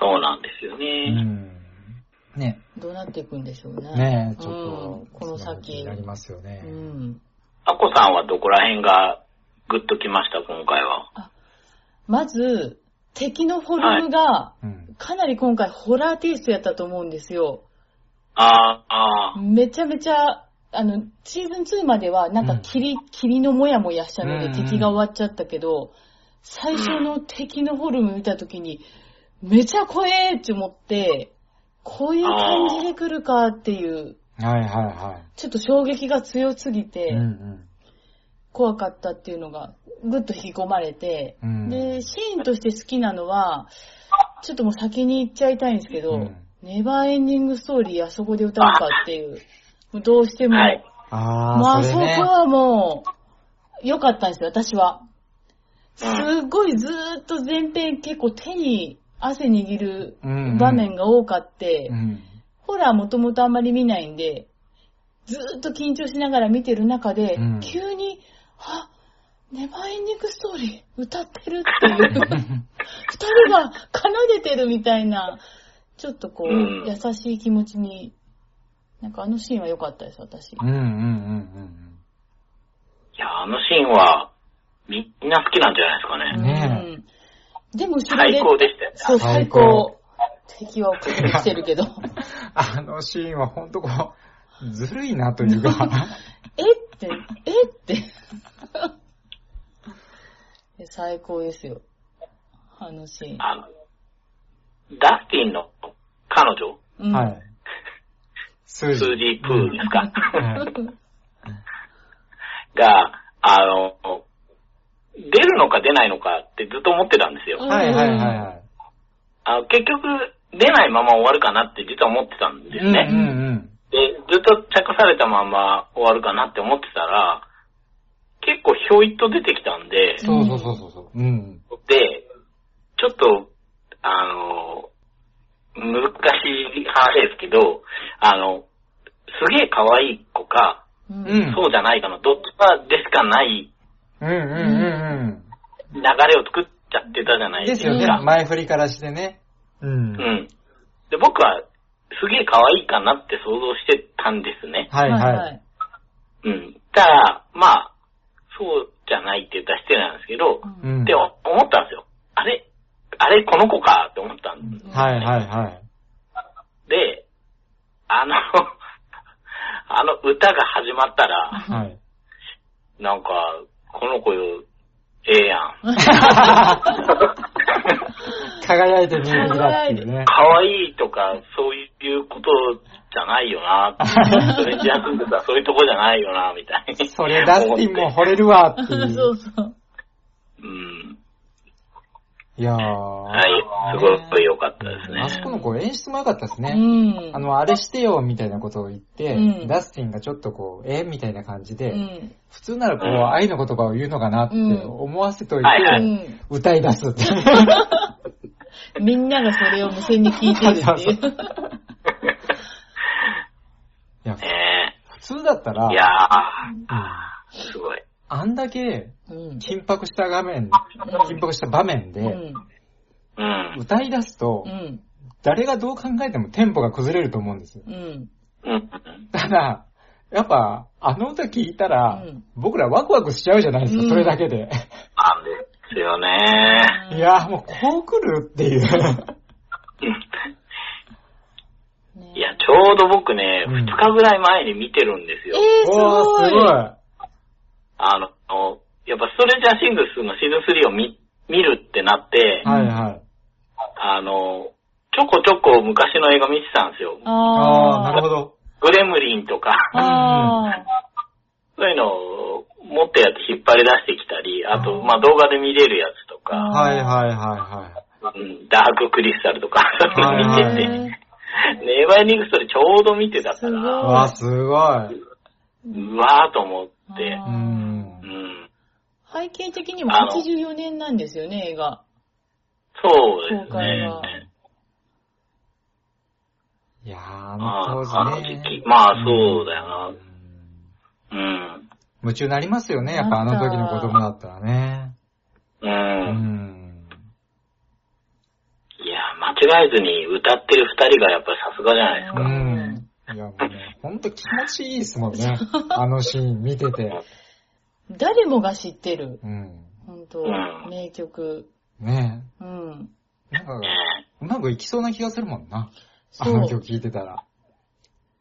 Speaker 3: そうなんですよ
Speaker 2: う
Speaker 3: ね。
Speaker 2: ん。ね、
Speaker 1: どうなっていくんでしょうね。
Speaker 2: ねちょっ
Speaker 1: うん
Speaker 2: と、
Speaker 1: この先
Speaker 2: 気になりますよね
Speaker 1: う。ん。
Speaker 3: アコさんはどこら辺がグッときました、今回は。
Speaker 1: まず、敵のフォルムが、
Speaker 2: うん。
Speaker 1: かなり今回ホラーテイストやったと思うんですよ。
Speaker 3: ああ、ああ、
Speaker 1: めちゃめちゃ、あの、シーズン2まではなんか
Speaker 2: うん
Speaker 1: 霧、霧のモヤモヤしたの
Speaker 2: うん
Speaker 1: で
Speaker 2: うん
Speaker 1: 敵が終わっちゃったけど、最初の敵のフォルム見た時に、めちゃ怖えって思って、こういう感じで来るかっていう、
Speaker 2: はいはいは
Speaker 1: ちょっと衝撃が強すぎ
Speaker 2: い。
Speaker 1: て、
Speaker 2: うん
Speaker 1: 怖かったっていうのが、ぐっと引き込まれて、
Speaker 2: うん
Speaker 1: で、シーンとして好きなのは、ちょっともう先に言っちゃいたいんですけど、
Speaker 2: うん
Speaker 1: ネバーエンディングストーリーあそこで歌うかっていう、どうしても、
Speaker 3: はい。
Speaker 2: あ
Speaker 1: ま
Speaker 2: あ、
Speaker 1: あ
Speaker 2: そ
Speaker 1: そ
Speaker 2: れね。
Speaker 1: こはもう、良かったんですよ、私は。すっごいずーっと前編結構手に汗握る
Speaker 2: うんうん
Speaker 1: 場面が多かって、
Speaker 2: うん。
Speaker 1: ホラーもともとあんまり見ないんで、ずーっと緊張しながら見てる中で、
Speaker 2: うん
Speaker 1: 急に、あ、ネバーエンディングストーリー歌ってるっていう、二
Speaker 2: <laughs>
Speaker 1: 人が奏でてるみたいな、ちょっとこう、
Speaker 3: うん
Speaker 1: 優しい気持ちに、なんかあのシーンは良かったです、私。
Speaker 2: うんうんうん
Speaker 3: いや、あのシーンは、みんな好きなんじゃないですかね。
Speaker 2: ねえ
Speaker 1: うん、でも後ろで、
Speaker 3: 最高でしたよね。
Speaker 1: そう、
Speaker 2: 最
Speaker 1: 最
Speaker 2: 高
Speaker 1: 高。敵は送ってきてる
Speaker 2: <laughs>
Speaker 1: けど。
Speaker 2: うん。あのシーンはほんとこう、ずるいな
Speaker 1: <laughs>
Speaker 2: というか。
Speaker 1: えって、えって。いや最高ですよ。あのシーン。
Speaker 3: あの、ダスティンの彼女、
Speaker 1: うん
Speaker 2: はい。数
Speaker 3: スージー・プーですか、
Speaker 2: はい
Speaker 3: <laughs> が、あの、出るのか出ないのかってずっと思ってたんですよ。
Speaker 2: はいはいはいはい。
Speaker 3: あ結局、出ないまま終わるかなって実は思ってたんですね。
Speaker 2: うんうん
Speaker 3: で、ずっと着されたまま終わるかなって思ってたら、結構ひょいっと出てきたんで
Speaker 2: うん。、そうそうそうそうそう。うん。
Speaker 3: で、ちょっと、あの、難しい話ですけど、あの、すげえ可愛い子か、
Speaker 1: <laughs> う。
Speaker 2: うん
Speaker 1: う
Speaker 2: ん。う
Speaker 1: ん
Speaker 2: ん
Speaker 3: そうじゃないかの、どっちかでしかない
Speaker 2: うんうん
Speaker 3: 流れを作っちゃってたじゃ
Speaker 2: う。
Speaker 3: なんい
Speaker 2: で
Speaker 3: ですす
Speaker 2: よね。
Speaker 3: か。
Speaker 2: 前振りからしてね。う。
Speaker 3: うんん。で、僕は、すげえ可愛いかなって想像してたんですね。
Speaker 2: はいはい。
Speaker 1: い。
Speaker 3: うん。ただ、まあ、そうじゃないって言ったら失礼なんですけど、
Speaker 1: うん
Speaker 2: うん。
Speaker 3: って思ったんですよ。あれあれこの子かって思ったんで
Speaker 2: はいはいはい。
Speaker 3: で、あの、 <laughs> あの歌が始まったら、
Speaker 2: はい。 <laughs>
Speaker 3: なんか、この子よ、ええ
Speaker 2: <laughs>
Speaker 3: やん。
Speaker 2: 輝いて見えるだっていうね。
Speaker 3: 可愛いとか、そういうことじゃないよなって。それじゃなくてさ、そういうとこじゃないよな、みたいに。
Speaker 2: それダスティンも惚れるわってい。
Speaker 1: そううそう。
Speaker 3: うん。
Speaker 2: いやー。
Speaker 3: はい。すごく良かったです
Speaker 2: あ
Speaker 3: ね。
Speaker 2: そこの子演出も良かったです
Speaker 1: う
Speaker 2: ね。
Speaker 1: ん。
Speaker 2: あの、あれしてよ、みたいなことを言って、
Speaker 1: うん
Speaker 2: ダスティンがちょっとこう、えみたいな感じで、
Speaker 1: うん。
Speaker 2: 普通ならこう、愛の言葉を言うのかなって思わせといて、
Speaker 3: はいは
Speaker 1: う
Speaker 3: い
Speaker 1: ん。
Speaker 2: 歌い出す
Speaker 1: <laughs>
Speaker 2: って。
Speaker 1: みんながそれを無線に聞いてるってい。
Speaker 2: <laughs> そういや、
Speaker 3: ね
Speaker 2: 普通だったら
Speaker 3: え。い、やー、すごい。
Speaker 2: あんだけ
Speaker 1: うん。
Speaker 2: 緊迫した画面、緊迫した場面
Speaker 1: う
Speaker 2: で、
Speaker 1: ん。
Speaker 3: うん。
Speaker 2: 歌い出すと
Speaker 1: う、ん。
Speaker 2: 誰がどう考えてもテンポが崩れると思うんですよ。
Speaker 1: うん。
Speaker 3: うん。
Speaker 2: ただ、やっぱ、あの歌聞いたら
Speaker 1: うん、
Speaker 2: 僕らワクワクしちゃうじゃないですか、
Speaker 1: うん
Speaker 2: それだけで。
Speaker 3: なんですよね。
Speaker 2: いやーもうこう来るって
Speaker 1: <laughs>
Speaker 2: いう。
Speaker 1: ね
Speaker 3: いや、ちょうど僕ね、
Speaker 2: うん
Speaker 3: 2日ぐらい前に見てるんです
Speaker 1: え
Speaker 3: よ。
Speaker 1: ー、すご
Speaker 2: ー
Speaker 1: い。
Speaker 2: すごい。
Speaker 3: あの、やっぱストレンジャーシングスのシーズン3を見、見るってなって、
Speaker 2: はいはい。
Speaker 3: あの、ちょこちょこ昔の映画見てたんですよ。
Speaker 2: ああ、なる
Speaker 1: あ
Speaker 2: ほど。
Speaker 3: グレムリンとか、
Speaker 1: あ。ああ。
Speaker 3: そういうのを持ったやつ引っ張り出してきたり、あと、
Speaker 2: あー
Speaker 3: まあ、動画で見れるやつとか、
Speaker 2: はいはいはいはい。
Speaker 3: <laughs> うんダーククリスタルとか、そういうの見てて、
Speaker 1: へー
Speaker 3: ネバイリングストーリーちょうど見てたか
Speaker 1: すごい
Speaker 3: ら、
Speaker 2: わあ、すごい。
Speaker 3: うわーと思って
Speaker 1: あ、
Speaker 2: う。
Speaker 3: うんん。
Speaker 1: 背景的にも
Speaker 3: あの
Speaker 1: 84年なんですよね、映画。
Speaker 3: そうです
Speaker 1: 今回
Speaker 3: ね。
Speaker 1: は。
Speaker 2: いやー、
Speaker 3: あ
Speaker 2: あの
Speaker 3: あ
Speaker 2: 当
Speaker 3: の
Speaker 2: 時ね
Speaker 3: 時。期、まあそうだよな
Speaker 2: う。ん
Speaker 3: うん。
Speaker 2: 夢中になりますよね、やっぱあの時の子供だったらね。
Speaker 3: う。
Speaker 2: うんん。
Speaker 3: いや、間違えずに歌ってる二人がやっぱりさすがじゃないです
Speaker 2: う
Speaker 3: か。
Speaker 2: ん。いや、もうね、ほんと気持ちいいですもん
Speaker 1: <laughs>
Speaker 2: ね。あのシーン見てて。
Speaker 1: 誰もが知ってる。
Speaker 2: うん。
Speaker 1: 本当
Speaker 3: うん
Speaker 1: 名曲。
Speaker 2: ね
Speaker 1: うん。
Speaker 2: え。なんか
Speaker 3: ね、
Speaker 2: うまくいきそうな気がするもんな。あ
Speaker 1: そう
Speaker 2: の。曲聴いてたら。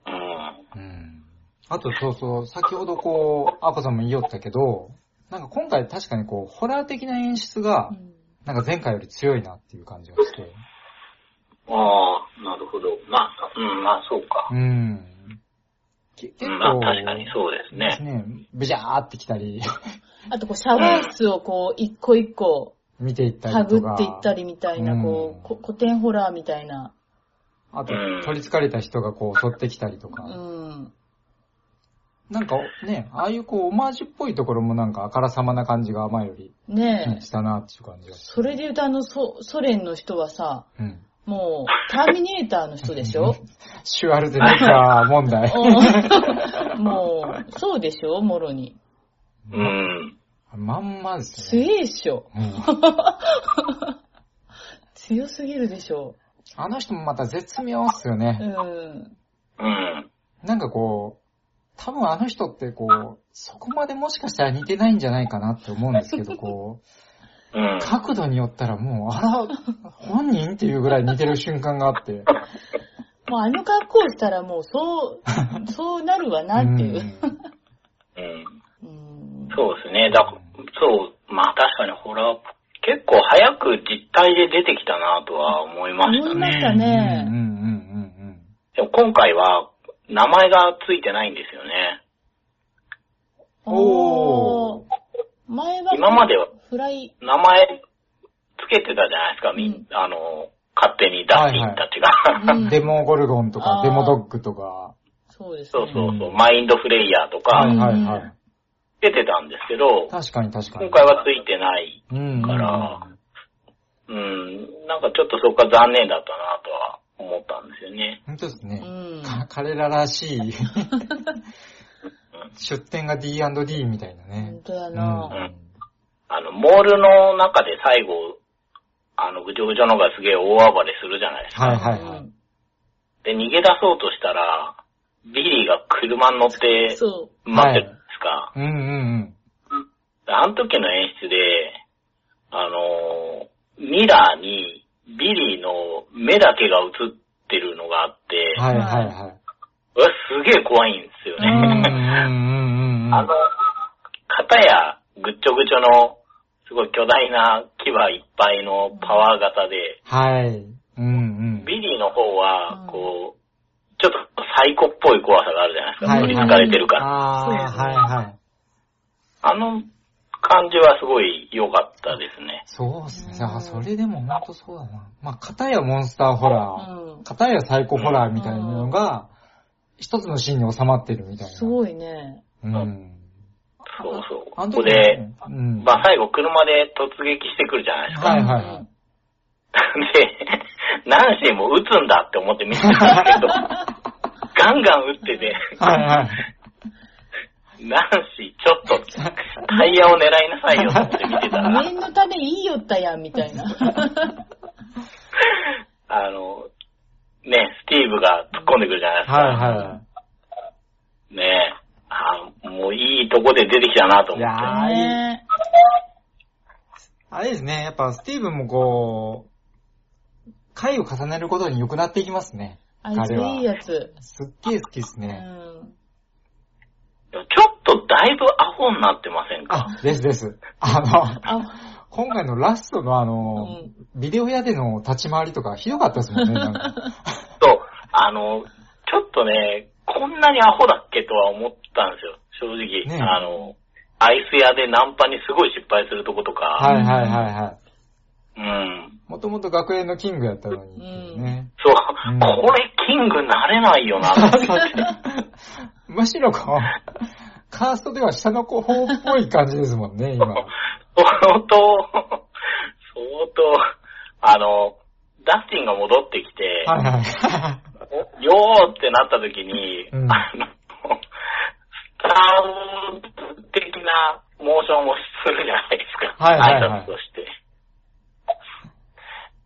Speaker 3: うん。
Speaker 2: うん。あと、そうそう、先ほどこう、アコさんも言いよったけど、なんか今回確かにこう、ホラー的な演出が
Speaker 1: う、ん
Speaker 2: なんか前回より強いなっていう感じがして。
Speaker 3: ああ、なるほど。まあ、うん、まあそうか。
Speaker 2: うん。け結
Speaker 3: う
Speaker 2: 構、
Speaker 3: ん、まあ確かにそうですね。
Speaker 2: ね。ブジャーってきたり、 <laughs>
Speaker 1: あと、こう、シャワー室をこう、一個一個、
Speaker 2: 見ていったり
Speaker 1: はぐ
Speaker 2: と
Speaker 1: っ
Speaker 2: か。
Speaker 1: ていったりみたいな、こ
Speaker 2: うん
Speaker 1: う、こ古典ホラーみたいな。
Speaker 2: あと
Speaker 3: うん、
Speaker 2: 取り憑かれた人がこう襲ってきたりと
Speaker 1: う
Speaker 2: か。
Speaker 1: ん。
Speaker 2: なんかね、ああいうこう、オマージュっぽいところもなんかあからさまな感じが前より、うん
Speaker 1: ねえ。
Speaker 2: したなっていう感じがす
Speaker 1: それで言うと、あの、ソソ連の人はさ、
Speaker 2: る。うん。
Speaker 1: もう、ターミネーターの人でしょ
Speaker 2: シュワルゼネッガー問
Speaker 1: <laughs>
Speaker 2: 題。
Speaker 1: うんもう、そうでしょもろに。
Speaker 3: うん。
Speaker 2: まんまですよ
Speaker 1: 強
Speaker 2: ね。
Speaker 1: えっしょ。
Speaker 2: うん
Speaker 1: 強すぎるでしょ。
Speaker 2: あの人もまた絶妙っすよね
Speaker 1: う。ん。
Speaker 3: うん。
Speaker 2: なんかこう、多分あの人ってこう、そこまでもしかしたら似てないんじゃないかなって思うんですけど、こう、
Speaker 3: うん。
Speaker 2: 角度によったらもう、あら、本人っていうぐらい似てる瞬間があって。
Speaker 1: もうあの格好したらもう、
Speaker 2: <laughs>
Speaker 1: そう、そうなるわなっていう。
Speaker 2: うん
Speaker 3: う
Speaker 1: う
Speaker 3: ん。
Speaker 1: ん。
Speaker 3: そうですね。だそう、まあ確かにホラー、結構早く実体で出てきたなとは思いました
Speaker 1: 思いま
Speaker 3: ね。
Speaker 1: したね
Speaker 2: うんうんうんうん
Speaker 3: でも今回は名前がついてないんですよね。
Speaker 2: うん。おー。
Speaker 1: 前は、
Speaker 3: 今までは
Speaker 1: フライ、
Speaker 3: 名前つけてたじゃないですか、み、
Speaker 1: うん
Speaker 3: ん、あの、勝手にダッフィンたちが。
Speaker 1: うん
Speaker 2: デモゴルゴンと
Speaker 1: あー
Speaker 2: か、デモドッグとか。
Speaker 1: そうです
Speaker 3: <laughs> そ
Speaker 1: ね。
Speaker 3: うそうそう、
Speaker 2: うん
Speaker 3: マインドフレイヤーと
Speaker 2: は
Speaker 3: か
Speaker 2: いはい
Speaker 1: うん
Speaker 2: は
Speaker 3: 出てたんですけど
Speaker 2: い。、確かに確かに。
Speaker 3: 今回はついてない。
Speaker 2: うん。
Speaker 3: からうん、なんかちょっとそこが残念だったなとは思ったんですよね。
Speaker 2: 本当です
Speaker 1: う
Speaker 2: ね。
Speaker 1: ん。
Speaker 2: か彼ららし
Speaker 3: <laughs>
Speaker 2: い。出店が D&D みたいなね
Speaker 1: 本。当や
Speaker 2: う
Speaker 1: な、
Speaker 2: ん
Speaker 3: あの、モールの中で最後、あの、ぐちょぐちょのがすげえ大暴れするじゃないですか。
Speaker 2: はいはいはい。
Speaker 3: で、逃げ出そうとしたら、ビリーが車に乗って
Speaker 1: そ
Speaker 3: 待ってるんですか。
Speaker 2: うんうん
Speaker 3: あの時の演出で、あのー、ミラーにビリーの目だけが映ってるのがあって、
Speaker 2: うん。はいはいはい。
Speaker 3: うわすげえ怖いんですよ
Speaker 2: うんうん
Speaker 3: ね。
Speaker 2: うんうん。
Speaker 3: <laughs> あの、片やぐっちょぐちょの、すごい巨大な牙いっぱいのパワー型で、
Speaker 2: はい。うんうん。
Speaker 3: ビリーの方
Speaker 1: うん
Speaker 3: は、こう、ちょっとサイコっぽい怖さがあるじゃないですか。
Speaker 2: はい
Speaker 3: 取り憑かれてるから。
Speaker 2: ああ、
Speaker 1: そう
Speaker 2: はいはい。
Speaker 3: あの感じはすごい良かったですね。
Speaker 2: そうですね。
Speaker 1: う
Speaker 2: あ、
Speaker 1: ん
Speaker 2: それでも本当そうだな。まあ、片やモンスターホ
Speaker 1: う。
Speaker 2: ラ
Speaker 1: う
Speaker 2: ー、
Speaker 1: ん。
Speaker 2: 片やサイコホラーみたいなのが、一つのシーンに収まってるみたいな。
Speaker 1: すごいね。
Speaker 2: うん。
Speaker 3: そうそう。
Speaker 2: あの
Speaker 3: ここ
Speaker 2: 時
Speaker 3: で、
Speaker 2: ね、うん。
Speaker 3: まあ最後車で突撃してくるじゃ
Speaker 2: <laughs>
Speaker 3: ないですか。
Speaker 2: はいはいはい
Speaker 3: で、ナンシーも撃つんだって思って見てたんで
Speaker 2: <laughs>
Speaker 3: すけど、ガンガン撃ってて、
Speaker 2: はいはい。
Speaker 3: ナンシーちょっとタイヤを狙いなさいよと思って見てた
Speaker 1: うん。
Speaker 3: ら、
Speaker 1: 念のためいいよったやん、みたいな。
Speaker 3: あの、ね、スティーブが突っ込んでくるじゃないですか。
Speaker 2: はいは
Speaker 3: ねえ。あもういいとこで出てきたなと
Speaker 2: い。い
Speaker 3: 思
Speaker 2: や
Speaker 3: って。
Speaker 2: ーいい
Speaker 1: ね
Speaker 2: あれですね、やっぱスティーブンもこう、回を重ねることに良くなっていきますね。
Speaker 1: あいついいやつ。
Speaker 2: すっげえ好きです
Speaker 1: う
Speaker 2: ね。
Speaker 1: ん。
Speaker 3: ちょっとだいぶアホになってませんか
Speaker 2: あ、ですです。あ
Speaker 1: あ、
Speaker 2: の、今回のラストのあの、
Speaker 1: うん。
Speaker 2: ビデオ屋での立ち回りとかひどかったですもんね、なんか。
Speaker 3: と、あの、ちょっとね、こんなにアホだっけとは思ったんですよ、正直。
Speaker 2: ねえ
Speaker 3: あの、アイス屋でナンパにすごい失敗するとことか、
Speaker 2: はいはいはいは
Speaker 3: うん。
Speaker 2: もともと学園のキングやったのに、ね。
Speaker 3: そう、
Speaker 2: うん
Speaker 3: これキングなれな
Speaker 2: <laughs>
Speaker 3: いよな。
Speaker 2: むしろこう、カーストでは下の子方っぽい感じですもんね、今。
Speaker 3: 相当、相当、あの、ダスティンが戻ってきて、
Speaker 2: はいはい。
Speaker 3: およーってなった時に、
Speaker 2: うん
Speaker 3: あの、スターウォーズ的なモーションをするじゃないですか。
Speaker 2: はいはいはい
Speaker 3: 挨拶として。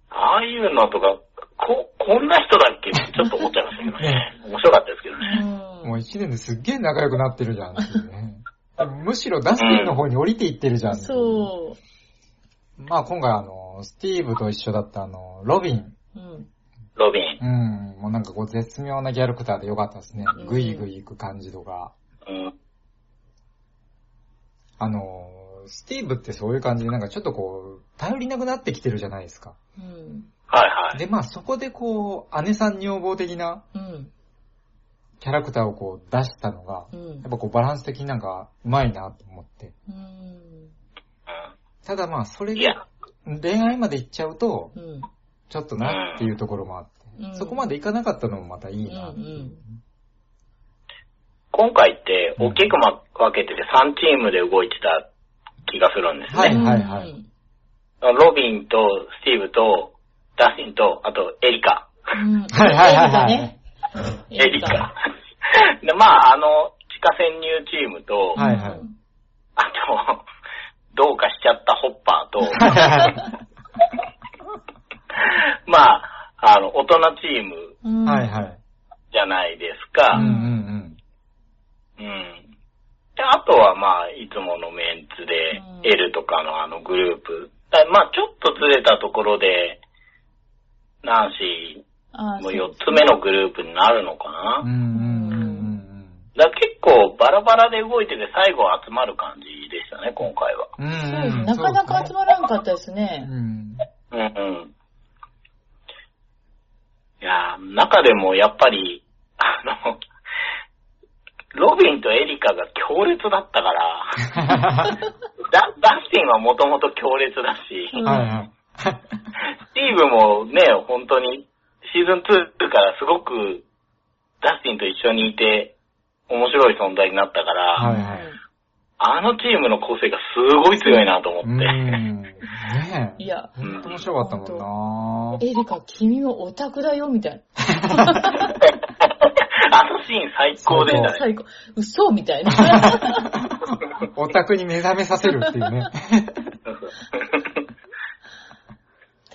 Speaker 3: ああいうのとか、こ、こんな人だっけってちょっと思っちゃいましたけ
Speaker 2: <laughs>
Speaker 3: どね。面白かったですけどね。
Speaker 2: もう一年ですっげえ仲良くなってるじゃんっていうね。でもむしろダスティンの方に降りていってるじゃん。
Speaker 1: そ
Speaker 2: まあ今回あの、スティーブと一緒だったあの、ロビン。
Speaker 1: う。うん。
Speaker 3: ロビン。
Speaker 2: うん。もうなんかこう絶妙なキャラクターでよかったですね
Speaker 1: うん。
Speaker 2: グイグイ行く感じとか。
Speaker 3: うん。
Speaker 2: あの、スティーブってそういう感じでなんかちょっとこう、頼りなくなってきてるじゃないですか。
Speaker 1: うん。
Speaker 3: はいはい。
Speaker 2: でまあそこでこう、姉さん女房的な
Speaker 1: うん。
Speaker 2: キャラクターをこう出したのが、
Speaker 1: うん
Speaker 2: やっ。ぱこうバランス的になんかうまいなと思って。
Speaker 1: うん。
Speaker 2: ただまあそれ
Speaker 3: うん。い
Speaker 2: で
Speaker 3: や、
Speaker 2: 恋愛まで行っちゃうと、
Speaker 1: うん。
Speaker 2: ちょっとなっていうところもあって、
Speaker 1: うん
Speaker 2: そこまでいかなかったのもまたいいなっていう
Speaker 1: うんうん
Speaker 3: 今回って大きくま分けてて3チームで動いてた気がするんですね。
Speaker 2: はいはいはい
Speaker 1: うん。
Speaker 3: ロビンとスティーブとダスティンと、あとエリカ。
Speaker 1: うん
Speaker 2: はいはいはいはい。
Speaker 1: エ
Speaker 3: エリカ。 <laughs> で、まあ、あの、地下潜入チームと、
Speaker 2: はいはい
Speaker 3: あと、 <laughs> どうかしちゃったホッパーと、
Speaker 2: <laughs>
Speaker 3: まあ、あの、大人チーム
Speaker 1: うん
Speaker 2: <laughs> はいはい。
Speaker 3: じゃないです
Speaker 2: う
Speaker 3: か。
Speaker 2: ん
Speaker 3: う。
Speaker 2: うんん
Speaker 3: で、あとはまあ、いつものメンツで、
Speaker 1: うん
Speaker 3: L とかのあのグループ。だまあ、ちょっとずれたところで、ナンシ
Speaker 1: あ
Speaker 3: ー
Speaker 1: そ
Speaker 3: も
Speaker 1: う
Speaker 3: 4つ目のグループになるのかな。
Speaker 2: うん。うんうんうんうん
Speaker 3: だから結構バラバラで動いてて最後集まる感じでしたね、今回は。
Speaker 2: うん。
Speaker 1: そう
Speaker 2: う
Speaker 1: で
Speaker 2: ん
Speaker 1: す
Speaker 2: うん。
Speaker 1: なかなか集まらんかったです
Speaker 2: る。
Speaker 1: ね。
Speaker 2: うん。
Speaker 3: うんうん。いやー中でもやっぱり、あの、ロビンとエリカが強烈だったから、
Speaker 2: <laughs>
Speaker 3: ダダスティンはもともと強烈だし、
Speaker 1: うん
Speaker 2: はいはい。
Speaker 3: スティーブもね、本当にシーズン2からすごくダスティンと一緒にいて面白い存在になったから、
Speaker 2: はいはい
Speaker 3: あのチームの構成がすごい強いなと思っ
Speaker 2: う
Speaker 3: て。
Speaker 2: ん。ねえ。
Speaker 1: いや
Speaker 2: ほんと面白かったもん
Speaker 1: エリカ、君もオタクだよ、みたいな。
Speaker 3: <laughs> あのシーン最高でしたね。
Speaker 1: 最高。嘘みたいな。
Speaker 2: なオタクに目覚めさせるっていうね。
Speaker 1: <laughs>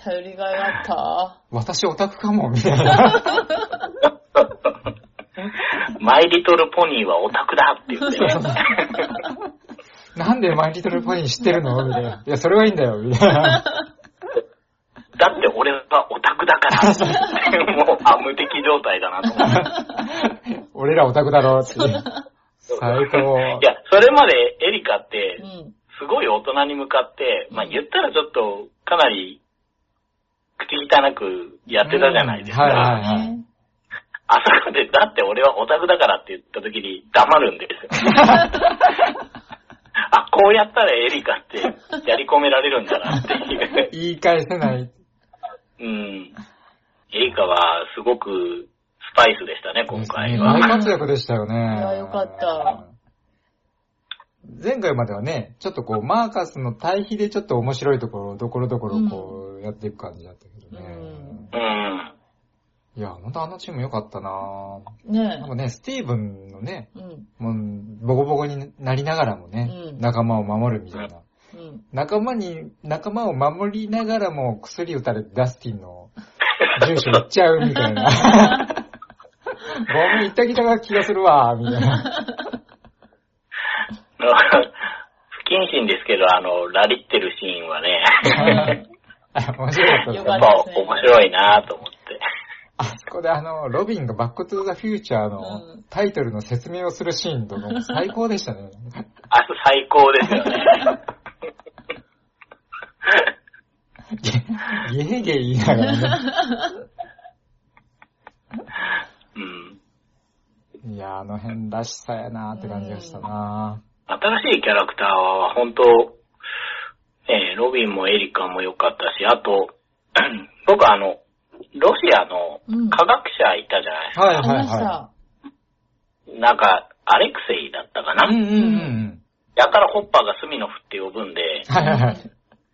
Speaker 1: 頼りがいあった。
Speaker 2: 私オタクかも、みたいな。
Speaker 3: マイリトルポニーはオタクだって言
Speaker 1: <laughs>
Speaker 3: ってね。
Speaker 2: なんでマイリトルポニー知ってる
Speaker 1: <laughs>
Speaker 2: のみたいな。いや、それはいいんだよ、 <laughs> みたいな。
Speaker 3: だって俺はオタクだ
Speaker 1: <laughs>
Speaker 3: からって言って。もう、あ、無敵状態だなと思って。
Speaker 2: 俺らオタクだろ、って。最高。
Speaker 3: いや、それまでエリカっ
Speaker 1: う
Speaker 3: て、
Speaker 1: ん。
Speaker 3: すごい大人に向かって、まあ言ったらちょっと、かなり、口汚くやってたじゃないですか。
Speaker 2: うんはいはい
Speaker 1: ね
Speaker 3: あそこで、だって俺はオタクだからって言った時に黙るんで
Speaker 1: <laughs>
Speaker 3: すよ。あ、こうやったらエリカってやり込められるんだなっていう。
Speaker 2: 言い返せない。
Speaker 3: うん。エリカはすごくスパイスでしたね、今回は。
Speaker 2: 大活躍でしたよね。い
Speaker 1: やよかった。
Speaker 2: 前回まではね、ちょっとこう、マーカスの対比でちょっと面白いところ、ところどころこう、やっていく感じだったけどね。
Speaker 3: うん。
Speaker 2: いや、ほんとあのチームよかったな
Speaker 1: ね
Speaker 2: なんかね、スティーブンのね、
Speaker 1: え。うん。
Speaker 2: もう、ボコボコになりながらもね、
Speaker 1: うん
Speaker 2: 仲間を守るみたいな。
Speaker 1: うん。
Speaker 2: 仲間に、仲間を守りながらも薬打たれてダスティンの住所行っちゃうみたいな。
Speaker 1: <laughs>
Speaker 2: ごめん、行ったきたが気がするわ、みたいな。
Speaker 3: だから不謹慎ですけど、あの、ラリってるシーンはね、
Speaker 2: 面白かったです
Speaker 1: よか
Speaker 3: や
Speaker 1: っ
Speaker 3: った
Speaker 1: た
Speaker 2: ね。
Speaker 3: ぱ面白いなと思って。
Speaker 2: あそこであの、ロビンがバックトゥーザフューチャーの
Speaker 1: うん
Speaker 2: タイトルの説明をするシーンとかも最高でしたね。 <laughs>
Speaker 3: あそ最高ですよね。
Speaker 2: ゲゲゲ言いながらね。
Speaker 3: うん。
Speaker 2: いやー、あの辺らしさやなーって感じがしたな
Speaker 3: 新しいキャラクターは本当、えーロビンもエリカも良かったし、あと、 <clears throat> 僕あの、ロシアの
Speaker 1: うん
Speaker 3: 科学者いたじゃないですか。
Speaker 2: はい
Speaker 1: あり
Speaker 2: は
Speaker 1: ま
Speaker 2: いは
Speaker 1: した。
Speaker 3: なんか、アレクセイだったかな。
Speaker 2: い。うんうんうん。
Speaker 3: やたらホッパーがスミノフって呼ぶんで、
Speaker 2: はいはいはい。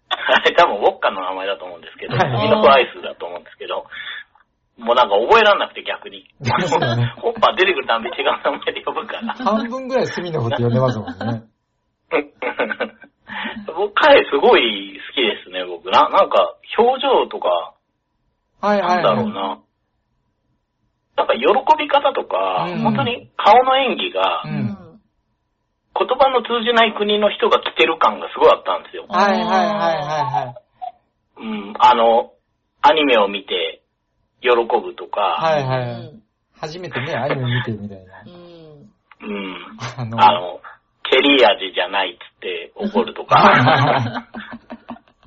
Speaker 3: あれ多分ウォッカの名前だと思うんですけど、ス
Speaker 2: はい
Speaker 3: ミノフアイスだと思うんですけど、もうなんか覚えらんなくて逆に。
Speaker 2: そうだね
Speaker 3: ホッパー出てくるたんび違う名前で呼ぶから。
Speaker 2: 半分ぐらい隅のこと呼んでますもんね。
Speaker 3: 僕、彼すごい好きですね、僕。な、なんか、表情とか、
Speaker 2: はいはいは
Speaker 3: なん
Speaker 2: い。
Speaker 3: だろうな。なんか、喜び方とか、
Speaker 2: うん
Speaker 3: 本当に顔の演技が、
Speaker 2: う
Speaker 1: うんん。
Speaker 3: 言葉の通じない国の人が来てる感がすごいあったんですよ。
Speaker 2: はいはいはいはいはい。
Speaker 3: うん、あの、アニメを見て、喜ぶとか、
Speaker 2: はいうはい。
Speaker 1: ん。
Speaker 2: 初めてね、アニメ見てみたいな
Speaker 1: う。ん。
Speaker 3: うん、
Speaker 2: あの
Speaker 3: あの、チェリー味じゃないっつって怒ると
Speaker 2: はいは
Speaker 3: か、
Speaker 2: いはい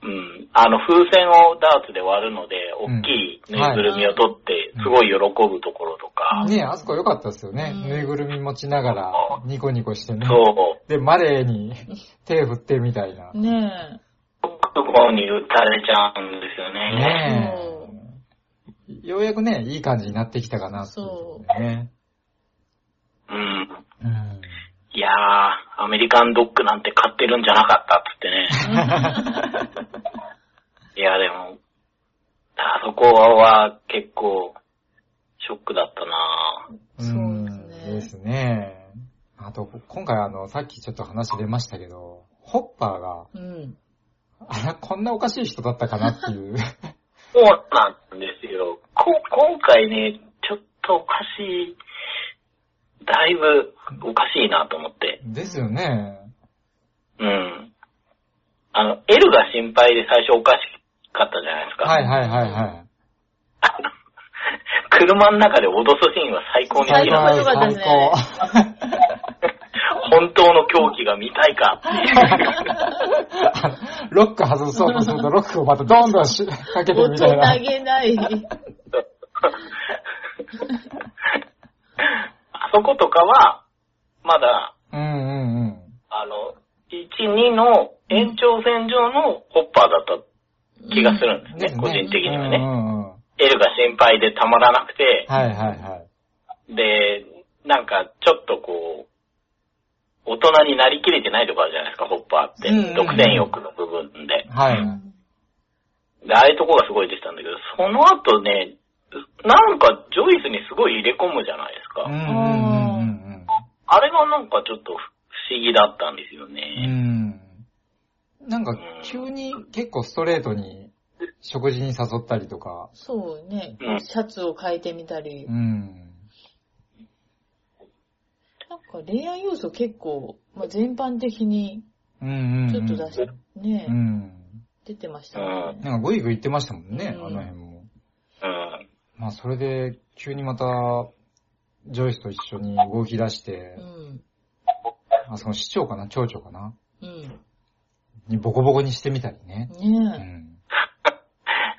Speaker 3: うん、あの、風船をダーツで割るので、大きいぬいぐるみを取って、
Speaker 2: うん
Speaker 3: すごい喜ぶところとか、
Speaker 2: ねあそこ良かったですよね。
Speaker 1: うん
Speaker 2: ぬいぐるみ持ちながら、ニコニコしてね。
Speaker 3: そう、
Speaker 2: で、マレーに <laughs> 手振ってみたいな。
Speaker 1: ね
Speaker 3: 国語に打たれちゃうんですよね。
Speaker 2: ねえ。ようやくね、いい感じになってきたかなっていうところでね。
Speaker 3: うん。
Speaker 2: うん。
Speaker 3: いやー、アメリカンドッグなんて買ってるんじゃなかったっつってね。いや、でも、あそこは結構、ショックだったなぁ。
Speaker 1: え。そう
Speaker 2: うん
Speaker 1: で
Speaker 2: で
Speaker 1: ね。
Speaker 2: すすね。あと、今回あの、さっきちょっと話出ましたけど、ホッパーが、
Speaker 1: うん。
Speaker 2: あら、こんなおかしい人だったかなっていう。
Speaker 3: そうなんですよ。こ今回ね、ちょっとおかしい、だいぶおかしいなと思って。
Speaker 2: ですよね。
Speaker 3: うん。あの、L が心配で最初おかしかったじゃないですか。
Speaker 2: はいはいはいはい。
Speaker 3: <laughs> 車の中で脅すシーンは最高に好
Speaker 1: 最
Speaker 3: き
Speaker 1: 高
Speaker 3: なんです
Speaker 1: 良か
Speaker 3: よ
Speaker 1: ったですね
Speaker 2: 最高。
Speaker 3: 本当の狂気が見たいかっていう。
Speaker 2: ロック外そうとすると、ロックをまたどんどんしかけてる
Speaker 1: 大
Speaker 2: みたいな
Speaker 1: 人。げない。
Speaker 3: あそことかは、まだ、
Speaker 2: うんうんうん。
Speaker 3: あの、1、2の延長線上のホッパーだった気がするんですね、
Speaker 2: ですね
Speaker 3: 個人的には
Speaker 2: う
Speaker 3: ね。
Speaker 2: んうんうん。
Speaker 3: エルが心配でたまらなくて、
Speaker 2: はいはいはい。
Speaker 3: で、なんかちょっとこう、大人になりきれてないとこあるじゃないですか、ホッパーって。
Speaker 2: うんうんうん
Speaker 3: 独占欲の部分で。
Speaker 2: はい。
Speaker 3: で、ああいうとこがすごい出てたんだけど、その後ね、なんかジョイスにすごい入れ込むじゃないですか。
Speaker 2: うんうん
Speaker 3: あれがなんかちょっと不思議だったんですよ
Speaker 2: うんうんう
Speaker 3: ね。
Speaker 2: ん。うん。なんか、急に結構ストレートに食事に誘ったりとか。
Speaker 1: そうね
Speaker 3: う。ん
Speaker 1: シャツを変えてみたり
Speaker 2: う。ん。
Speaker 1: なんか恋愛要素結構、まあ、全般的に
Speaker 2: うんうんうん。
Speaker 1: ちょっと出し、ね
Speaker 2: う、ん。
Speaker 1: 出てましたもんね。
Speaker 2: なんか、ぐいぐい言ってましたもんね、
Speaker 1: うん
Speaker 2: あの辺も。
Speaker 3: うん。
Speaker 2: まあ、それで、急にまた、ジョイスと一緒に動き出して
Speaker 1: う、ん。
Speaker 2: あ、その市長かな町長かな
Speaker 1: うん。
Speaker 2: にボコボコにしてみたりね。う
Speaker 1: ね
Speaker 2: ん。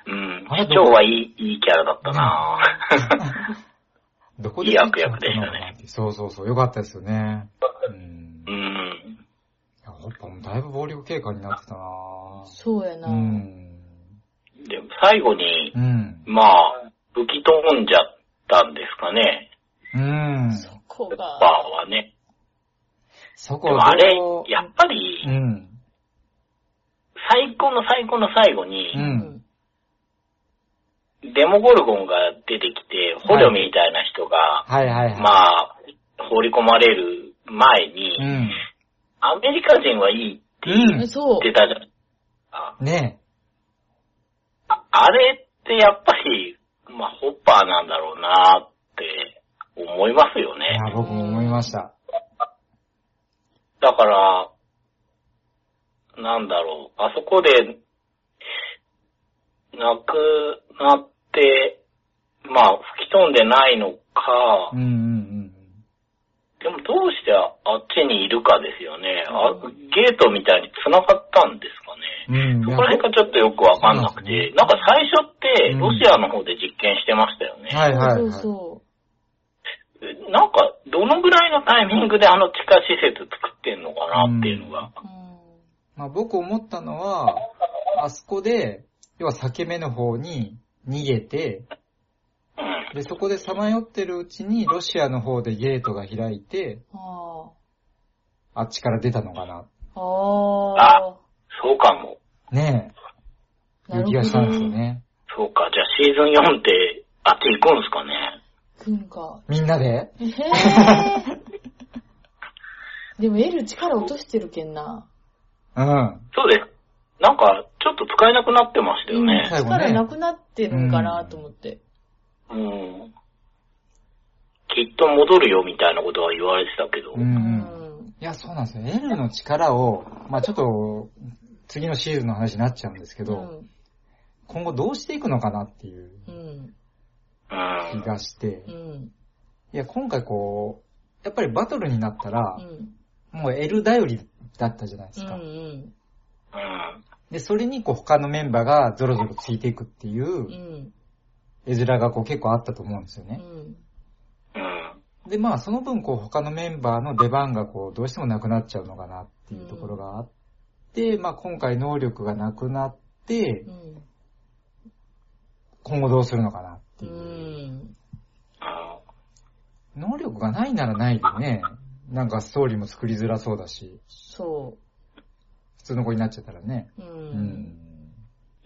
Speaker 3: うん
Speaker 2: あれ。
Speaker 3: 市長はいい、いいキャラだったな
Speaker 2: どこで
Speaker 3: いい悪役でし
Speaker 2: 市長な
Speaker 3: たね
Speaker 2: のかなってそうそうそう、よかったですよね。うん
Speaker 3: う。ん。
Speaker 2: いや、ホッパもだいぶ暴力警官になってたな
Speaker 1: え。そうやな。
Speaker 2: う。ん。
Speaker 3: でも最後に
Speaker 2: う、ん。
Speaker 3: まあ、吹き飛んじゃったんですかね。
Speaker 2: うん。
Speaker 1: そこ
Speaker 3: バー
Speaker 1: が。
Speaker 3: はね。
Speaker 2: そこ
Speaker 3: でもあれ
Speaker 2: ど、う
Speaker 3: やっぱ
Speaker 2: う
Speaker 3: り、
Speaker 2: ん。
Speaker 3: 最高の最高の最後に
Speaker 2: う、。
Speaker 1: うんん。
Speaker 3: デモゴルゴンが出てきて、捕虜みたいな人が、
Speaker 2: はいはいはい。
Speaker 3: まあ、放り込まれる前
Speaker 2: う
Speaker 3: に、
Speaker 2: ん。
Speaker 3: アメリカ人はいいって
Speaker 2: う
Speaker 1: え
Speaker 2: ん。
Speaker 1: そう。
Speaker 3: 言ってたじゃないあ
Speaker 2: ね
Speaker 3: あれってやっぱり、まあ、ホッパーなんだろうなって思いますよ
Speaker 2: え。い
Speaker 3: ね。
Speaker 2: や、僕も思いました。
Speaker 3: だから、なんだろう、あそこで、亡くなって、まあ、吹き飛んでないのか
Speaker 2: う、んうん
Speaker 3: でもどうしてあっちにいるかですよね。あ
Speaker 1: う
Speaker 3: ゲートみたいに繋がったんですかね。
Speaker 2: うん。うん。
Speaker 3: そこら辺がちょっとよくわかんな
Speaker 2: そ
Speaker 3: く
Speaker 2: うなんです
Speaker 3: て
Speaker 2: ね、
Speaker 3: なんか最初って
Speaker 2: うん
Speaker 3: ロシアの方で実験してましたよね。
Speaker 2: はいはいはい。
Speaker 1: そうそ
Speaker 3: なんか、どのぐらいのタイミングであの地下施設作ってんのかなっていうのが、
Speaker 1: う。うん
Speaker 2: まあ僕思ったのは、あそこで、要は裂け目の方に逃げて、
Speaker 3: うん。
Speaker 2: で、そこでさまよってるうちにロシアの方でゲートが開いて、
Speaker 1: あ
Speaker 2: あっちから出たのかな。
Speaker 1: あ。ああ。
Speaker 3: そうかも。
Speaker 2: ねえ、い
Speaker 1: な
Speaker 2: う気がしたんですよ
Speaker 1: るほど。
Speaker 2: ね。
Speaker 3: そうか。じゃあシーズン4って、あっち行くんすかね。
Speaker 1: くんか。
Speaker 2: みんなで
Speaker 1: ええ。でも L 力落としてるけんな。
Speaker 2: うん。
Speaker 3: そうです。なんか、ちょっと使えなくなってましたよ
Speaker 1: うん
Speaker 3: ね。
Speaker 2: 最後ね
Speaker 1: 力なくなってるんかなと思って。
Speaker 3: うん。きっと戻るよみたいなことは言われてたけど。
Speaker 2: う。
Speaker 1: うんん。
Speaker 2: いや、そうなんですよ。L の力を、まあちょっと、次のシーズンの話になっちゃうんですけど、今後どうしていくのかなっていう
Speaker 1: うん。
Speaker 3: う
Speaker 2: 気
Speaker 3: ん。
Speaker 2: がして
Speaker 1: う、ん。
Speaker 2: いや、今回こう、やっぱりバトルになったら
Speaker 1: う、ん。
Speaker 2: もう L 頼りだったじゃないですか。
Speaker 1: うん。。
Speaker 3: うん。
Speaker 2: で、それにこう他のメンバーがゾロゾロついていくっていううん絵面がこう結構あったと思うんですよ
Speaker 1: う
Speaker 2: ね。
Speaker 1: ん。
Speaker 3: うん。
Speaker 2: で、まあその分こう他のメンバーの出番がこうどうしてもなくなっちゃうのかなっていうところがあって、まあ今回能力がなくなって
Speaker 1: う、ん。
Speaker 2: 今後どうするのかなって
Speaker 1: う
Speaker 2: いう。
Speaker 1: ん。
Speaker 3: あ
Speaker 2: 能力がないならないでね、なんかストーリーも作りづらそうだし、
Speaker 1: そ
Speaker 2: 普通の子になっちゃったらね。
Speaker 1: う。う。
Speaker 2: うんん。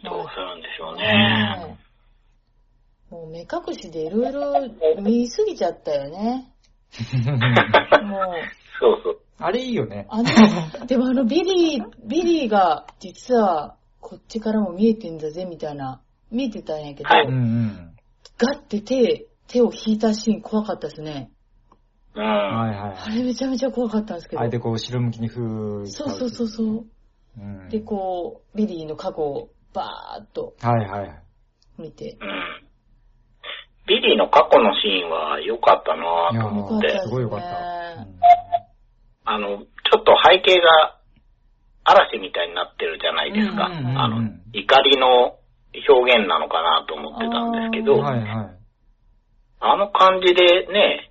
Speaker 3: どうするんでしょうね。
Speaker 1: ねえもう目隠しでいろいろ見すぎちゃったよね。もう、
Speaker 3: そうそう。
Speaker 2: <laughs> あれいいよね。
Speaker 1: あ
Speaker 2: <laughs>
Speaker 1: の、でもあのビリー、ビリーが実はこっちからも見えてんだぜみたいな、見えてたんやけど、
Speaker 3: は
Speaker 2: う
Speaker 3: い
Speaker 2: んうん。
Speaker 1: ガッて手、手を引いたシーン怖かったですね。
Speaker 3: う
Speaker 2: は
Speaker 3: ん。
Speaker 2: いはい
Speaker 1: あ。れめちゃめちゃ怖かったんですけど
Speaker 2: あえ。てこう、後ろ向きにふー
Speaker 1: そうそうそうそう。
Speaker 2: う。うん、
Speaker 1: で、こう、ビリーの過去をバーっと
Speaker 2: う。はいはい。
Speaker 1: 見て。
Speaker 3: うん。ビリーの過去のシーンは良かったないぁ
Speaker 2: や
Speaker 3: と
Speaker 1: よ
Speaker 3: 思
Speaker 1: か
Speaker 3: っ
Speaker 1: ったです
Speaker 2: ー
Speaker 1: ね
Speaker 2: すごいよかった。う
Speaker 3: あの、ちょっと背景が嵐みたいになってるじゃないですか。
Speaker 1: うんうんうん
Speaker 2: うん
Speaker 3: あの、怒りの表現なのかなと思ってたんですけ
Speaker 1: そ
Speaker 3: ど、
Speaker 1: う
Speaker 2: う
Speaker 1: あ
Speaker 2: ん
Speaker 1: ー
Speaker 2: はい
Speaker 3: あ
Speaker 2: はい。
Speaker 3: の感じでね、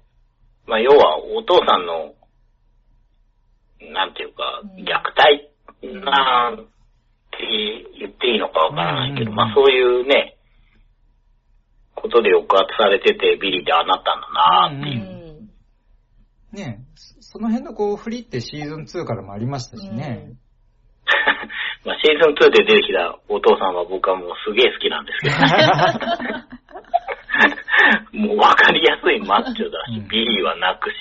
Speaker 3: まあ要はお父さんの、なんていうか
Speaker 1: う、ん
Speaker 3: 虐待なんて言っていいのかわからないけど、
Speaker 2: うんうんうん
Speaker 3: まあそういうね、ことで抑圧されててビリーでああなったんだなぁって
Speaker 1: う
Speaker 3: いう。
Speaker 1: ん。
Speaker 2: ねそその辺のこう、振りってシーズン2からもありましたしね。
Speaker 3: <laughs> まあ、シーズン2で出てきたお父さんは僕はもうすげえ好きなんです
Speaker 2: <laughs>
Speaker 3: けど、もうわかりやすいマッチョだし、
Speaker 2: うん
Speaker 3: ビリーは泣く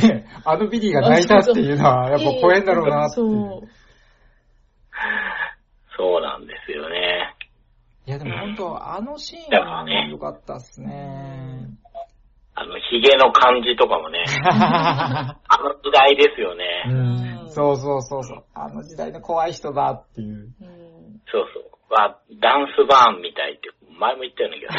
Speaker 3: し、
Speaker 2: で、あのビリーが泣いたっていうのは、やっぱ怖いんだろうなってい。
Speaker 1: そうう。
Speaker 3: そうなんですよね。
Speaker 2: いやでも本当、あのシーンはね良かったっすね。
Speaker 3: あの、ヒゲの感じと
Speaker 2: <laughs>
Speaker 3: かもね、あの時代ですよ
Speaker 2: う
Speaker 3: ね。
Speaker 1: ん
Speaker 2: ん。そうそうそうそう。あの時代の怖い人だっていう。
Speaker 1: うん。
Speaker 3: そうそう。わダンスバーンみたいって、前も言ったよ
Speaker 2: <laughs>
Speaker 3: うな気が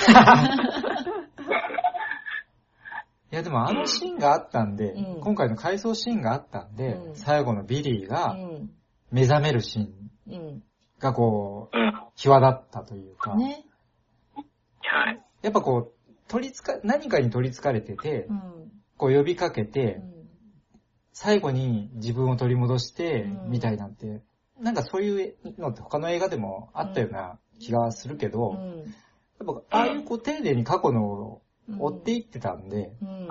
Speaker 2: いやでもあのシーンがあったんで、
Speaker 1: うん
Speaker 2: 今回の回想シーンがあったんで、
Speaker 1: うん
Speaker 2: 最後のビリー
Speaker 1: う
Speaker 2: が
Speaker 1: ん。
Speaker 2: 目覚めるシーン
Speaker 1: うん。
Speaker 2: がこう、
Speaker 3: する。うん。
Speaker 2: 際立ったというか、
Speaker 1: ね。
Speaker 3: はい。 <laughs>
Speaker 2: やっぱこう、取りつか、何かに取りつかれてて、
Speaker 1: うん。
Speaker 2: こう呼びかけ
Speaker 1: う
Speaker 2: て、
Speaker 1: ん
Speaker 2: 最後に自分を取り戻して
Speaker 1: う、ん
Speaker 2: みたいなんて、なんかそういうのって他の映画でもあったような気がするけど、やっぱああいうこう丁寧に過去のを
Speaker 1: うん。
Speaker 2: 追って
Speaker 1: い
Speaker 2: いってたんで、
Speaker 1: うん。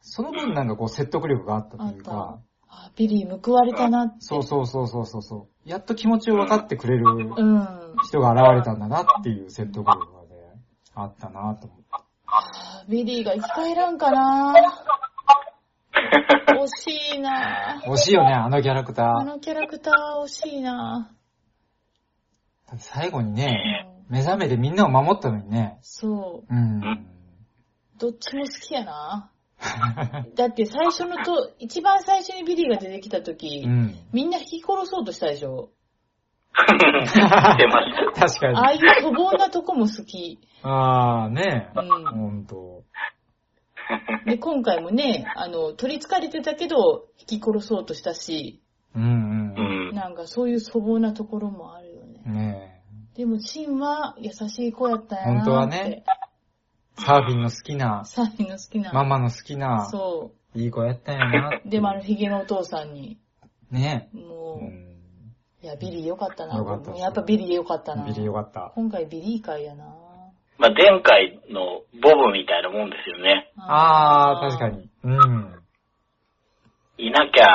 Speaker 2: その分なんかこう説得力があったという
Speaker 1: あ
Speaker 2: か
Speaker 1: っ、あ、ビリー報われたなって。
Speaker 2: そうそうそうそうそうそう。やっと気持ちを分かってくれる
Speaker 1: うん。
Speaker 2: 人が現れたんだなっていう説得力がね、あったなと思って。
Speaker 1: あビリーが生き返らんかな惜しいな
Speaker 2: 惜しいよね、あのキャラクタ
Speaker 1: あ
Speaker 2: ー。
Speaker 1: のキャラクター惜しいな
Speaker 2: だって最後に
Speaker 1: う
Speaker 2: ね、
Speaker 1: ん
Speaker 2: 目覚めてみんなを守ったのにね。
Speaker 1: そ
Speaker 2: うん。
Speaker 1: う。どっちも好きやなだって最初のと、一番最初にビリーが出てきた時、
Speaker 2: うん。
Speaker 1: みんな引き殺そうとしたでしょ
Speaker 3: 出ました。
Speaker 2: 確か
Speaker 1: ああ
Speaker 2: に。
Speaker 1: いう粗暴なとこも好き。
Speaker 2: ああ、ね
Speaker 1: う
Speaker 2: え。
Speaker 1: ん。
Speaker 2: ほんと。
Speaker 1: で、今回もね、あの、取り憑かれてたけど、引き殺そうとしたし、
Speaker 2: うん
Speaker 3: う
Speaker 2: うん
Speaker 3: ん。
Speaker 1: なんかそういう粗暴なところもあるよね。
Speaker 2: うん。ね
Speaker 1: でも、シンは優しい子やったんやなって。
Speaker 2: 本当はね。え。サーフィンの好きな、
Speaker 1: サーフィンの好きな。
Speaker 2: ママの好きな、
Speaker 1: そ。
Speaker 2: いい子やったんやなっていうう。
Speaker 1: でも、あの、ヒゲのお父さんに、
Speaker 2: ねえ。
Speaker 1: も
Speaker 2: うん
Speaker 1: いや、ビリーよかったな。
Speaker 2: よかったです
Speaker 1: やっぱビリーよかったな。
Speaker 2: ビリよかった。
Speaker 1: 今回ビリー会やな。
Speaker 3: まあ、前回のボブみたいなもんですよね。
Speaker 2: あー、確か。に。うん。
Speaker 3: いなきゃ、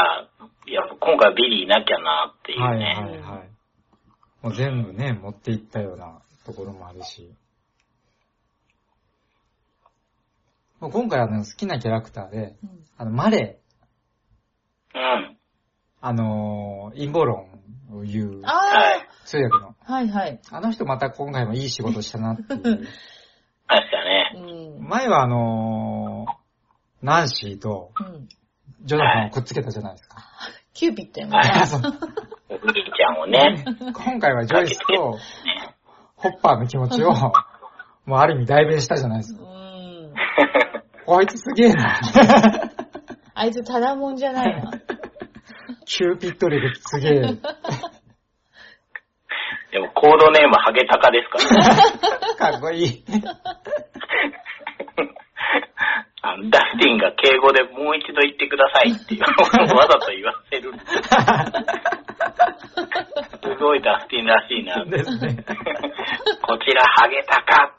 Speaker 3: いや今回ビリーいなきゃなっていうね。
Speaker 2: はいはいはい。もう全部ね、持っていったようなところもあるし。もう今回あの好きなキャラクターで、
Speaker 1: うん
Speaker 2: あの、マレー、
Speaker 3: うん。
Speaker 2: あのー陰謀論を言う
Speaker 3: は
Speaker 1: あ
Speaker 3: い。
Speaker 2: 通訳の。
Speaker 1: あ、はいはい。
Speaker 2: あの人また今回もいい仕事したなって
Speaker 3: <laughs>
Speaker 2: いう。
Speaker 3: 確かね。
Speaker 1: うん。
Speaker 2: 前はあのーナンシーと
Speaker 1: うん。
Speaker 2: ジョナサンをくっつけたじゃないですか。
Speaker 1: キューピットやもん
Speaker 3: は
Speaker 1: な。
Speaker 2: そう
Speaker 3: おじいちゃんをね。
Speaker 2: 今回はジョイス
Speaker 3: <laughs>
Speaker 2: とホッパーの気持ちを、もうある意味代弁したじゃないですか
Speaker 1: うん。
Speaker 2: こいつすげえな。
Speaker 1: あいつただもんじゃないな。
Speaker 2: キューピット力すげ
Speaker 1: <laughs>
Speaker 2: え。
Speaker 3: でもコードネームハゲタカで
Speaker 2: <laughs>
Speaker 3: すからね。
Speaker 2: かっこいい。
Speaker 3: あのダスティンが敬語でもう一度言ってくださいっ
Speaker 2: <laughs>
Speaker 3: ていうのをわざと言わせる。すごいダスティンらしいな。
Speaker 2: ですね。
Speaker 3: <laughs> こちらハゲタカ。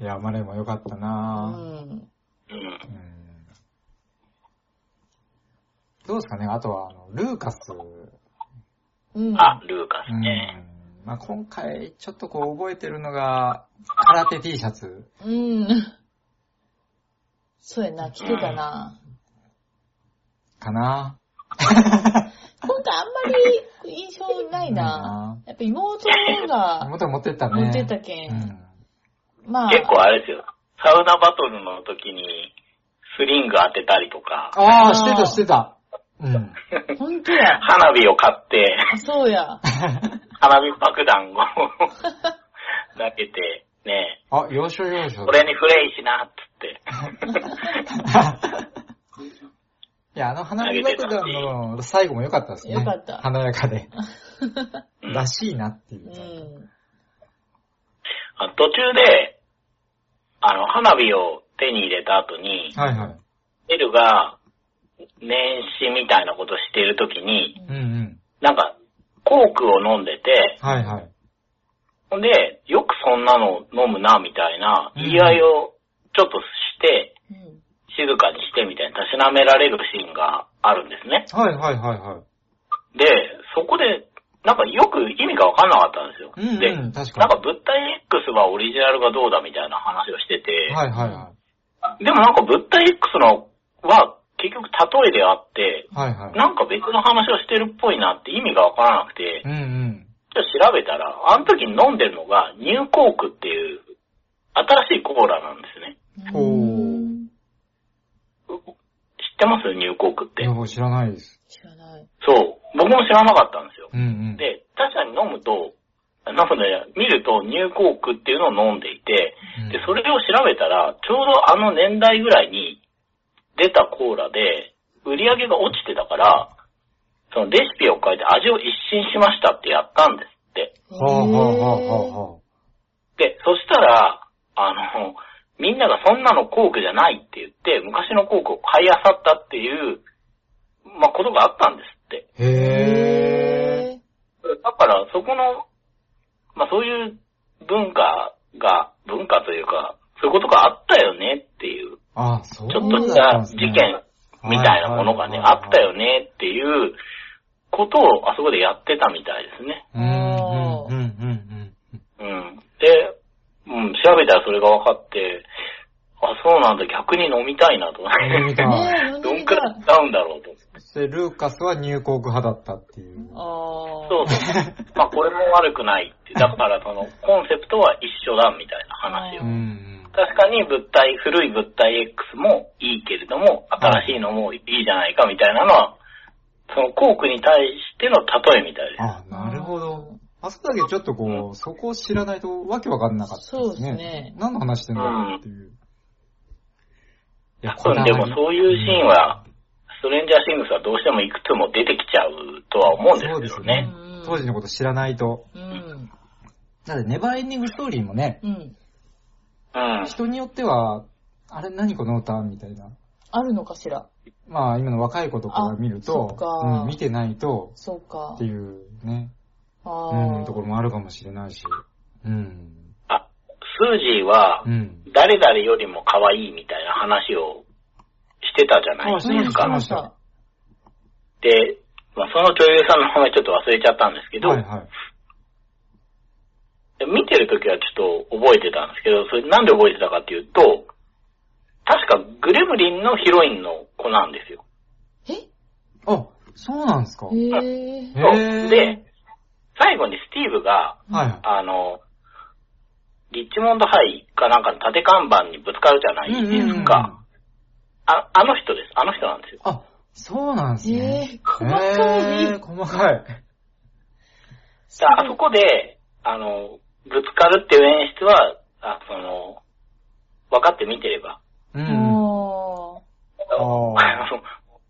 Speaker 2: いや、マレーも良かった
Speaker 1: う
Speaker 2: な、
Speaker 1: ん。
Speaker 3: う
Speaker 2: う
Speaker 3: ん。
Speaker 2: ん、どうですかねあとは、あの、ルーカス。う
Speaker 1: うん。
Speaker 3: あ、ルーカス
Speaker 2: ん。
Speaker 3: ね。
Speaker 2: まあ、今回、ちょっとこう、覚えてるのが、空手 T シャツ。
Speaker 1: うん。そうやな、来てたな。
Speaker 2: かな
Speaker 1: 今回あんまり印象ないな。やっぱ妹が
Speaker 2: 元持ってったね。
Speaker 1: 持ってたけ、
Speaker 2: うんん。
Speaker 1: まあ、
Speaker 3: 結構あれですよ。サウナバトルの時にスリング当てたりとか、
Speaker 2: ああ、してた、してた。うん。
Speaker 1: 本当や。
Speaker 3: 花火を買って、
Speaker 1: あそうや。
Speaker 3: 花火爆弾を
Speaker 2: <laughs>
Speaker 3: 投げて、ね
Speaker 2: あ、要所要所。
Speaker 3: これにフレイしな、っつって。
Speaker 2: いや、あの花火爆弾の最後も良かったですね。
Speaker 1: 良かった
Speaker 2: 華やかで。
Speaker 3: うん
Speaker 2: らしいなっていうう。
Speaker 1: ん。
Speaker 3: あ途中で、あの、花火を手に入れた後に、
Speaker 2: はいはい。
Speaker 3: エルが、年始みたいなことしてる時に、
Speaker 2: うんうん。
Speaker 3: なんか、コークを飲んでて、
Speaker 2: はいはい。
Speaker 3: ほんで、よくそんなの飲むな、みたいな、
Speaker 2: うん
Speaker 3: 言い合いをちょっとして、
Speaker 1: うん
Speaker 3: 静かにしてみたいな、たしなめられるシーンがあるんですね。
Speaker 2: はいはいはいは
Speaker 3: で、そこで、なんかよく意味がわかんなかったんですよ。
Speaker 2: うんうん
Speaker 3: で、
Speaker 2: 確かに
Speaker 3: なんか物体 X はオリジナルがどうだみたいな話をしてて、
Speaker 2: い。はいはいは
Speaker 3: でもなんか物体 X のは結局例えであって、
Speaker 2: い。はいはい。
Speaker 3: なんか別の話をしてるっぽいなって意味がわからなくて
Speaker 2: う、んうん。
Speaker 3: ちょっと調べたら、あの時に飲んでるのがニューコークっていう新しいコーラなんですね。
Speaker 2: ほう
Speaker 1: うん
Speaker 3: 知ってますニューコークっ
Speaker 2: い
Speaker 3: て
Speaker 2: や、。僕知らないです。
Speaker 1: 知らない。
Speaker 3: そう。僕も知らなかったんですよ。
Speaker 2: うんうん。
Speaker 3: で、確かに飲むと、飲むのや、見るとニューコークっていうのを飲んでいて、
Speaker 2: うん
Speaker 3: で、それを調べたら、ちょうどあの年代ぐらいに出たコーラで、売り上げが落ちてたから、そのレシピを変えて味を一新しましたってやったんですって。
Speaker 2: はあはあはあはあは
Speaker 3: で、そしたら、あの、みんながそんなのコークじゃないって言って、昔のコークを買い漁ったっていう、まあ、ことがあったんですって。
Speaker 2: あ。へ
Speaker 1: へ
Speaker 3: だから、そこの、まあ、そういう文化が、文化というか、そういうことがあったよねっていう、
Speaker 2: ー。あ、そう
Speaker 3: ちょっ
Speaker 2: だ
Speaker 3: とし
Speaker 2: った
Speaker 3: た
Speaker 2: んです
Speaker 3: 事
Speaker 2: ね
Speaker 3: 件みたいなものがね、
Speaker 2: はいはいはいはい
Speaker 3: あったよねっていうことをあそこでやってたみたいですね。
Speaker 2: うんうんうんうん
Speaker 3: うん。で、うん、調べたらそれが分かって、あ、そうなんだ、逆に飲みたいなと。
Speaker 2: うん。飲んでみ
Speaker 1: え。ね
Speaker 2: た
Speaker 1: え、飲ん
Speaker 3: <laughs> ど
Speaker 1: で
Speaker 3: ん
Speaker 1: み
Speaker 3: く
Speaker 1: たい
Speaker 3: らい使うんだろうと。
Speaker 2: そして、ルーカスは入国派だったっていう。
Speaker 1: ああ。
Speaker 3: そう <laughs> そう。まあ、これも悪くないって。だから、その、コンセプトは一緒だみたいな話を
Speaker 2: うんうん。
Speaker 3: 確かに物体、古い物体 X もいいけれども、新しいのもいいじゃないかみたいなのは、そのコークに対しての例えみたいです。
Speaker 2: あ、なるほど。あそこだけちょっとこう、そこを知らないとわけわかんなかった
Speaker 1: そうですね
Speaker 2: 何の話してんだろうっていう。いや
Speaker 3: うん、でもそういうシーン、は、ストレンジャーシングスはどうしてもいくつも出てきちゃうとは思うんですけどね。
Speaker 1: そうですね
Speaker 2: 当時のこと知らないと。
Speaker 1: うん。
Speaker 2: だってネバーエンディングストーリーもね、
Speaker 1: うん。
Speaker 3: うん。
Speaker 2: 人によっては、あれ何この歌みたいな。
Speaker 1: あるのかしら
Speaker 2: まあ、今の若い子とかが見る
Speaker 1: あそっ
Speaker 2: と
Speaker 1: か、
Speaker 2: うん、見てないと、
Speaker 1: そうか
Speaker 2: って。いうね、
Speaker 1: あー
Speaker 2: うん、ところもあるかもしれないし、うん、
Speaker 3: あ、スージーは
Speaker 2: う、ん。
Speaker 3: 誰々よりも可愛いみたいな話をしてたじゃない
Speaker 2: あ
Speaker 3: です
Speaker 2: そうです
Speaker 3: か。
Speaker 2: か
Speaker 3: で、まあ、その女優さんの名前ちょっと忘れちゃったんですけど、
Speaker 2: はいはい。
Speaker 3: で見てる時はちょっと覚えてたんですけど、それなんで覚えてたかっていうと、確かグレムリンのヒロインの子なんですよ。
Speaker 1: え
Speaker 2: あ、そうなんですか
Speaker 1: えー、
Speaker 3: そう
Speaker 2: へー
Speaker 3: で、最後にスティーブが、
Speaker 2: はいはい。
Speaker 3: あの、リッチモンドハイかなんかの縦看板にぶつかるじゃない
Speaker 2: うん
Speaker 3: で
Speaker 2: うんう
Speaker 3: す
Speaker 2: ん
Speaker 3: か。ああの人です。あの人なんですよ。
Speaker 2: あ、そうなんですね。
Speaker 1: えー細かい
Speaker 2: えー細かい。
Speaker 3: だからあそこで、あの、ぶつかるっていう演出は、あその、分かって見てれば。
Speaker 2: う。
Speaker 1: うんん。
Speaker 3: あ
Speaker 2: ー
Speaker 3: の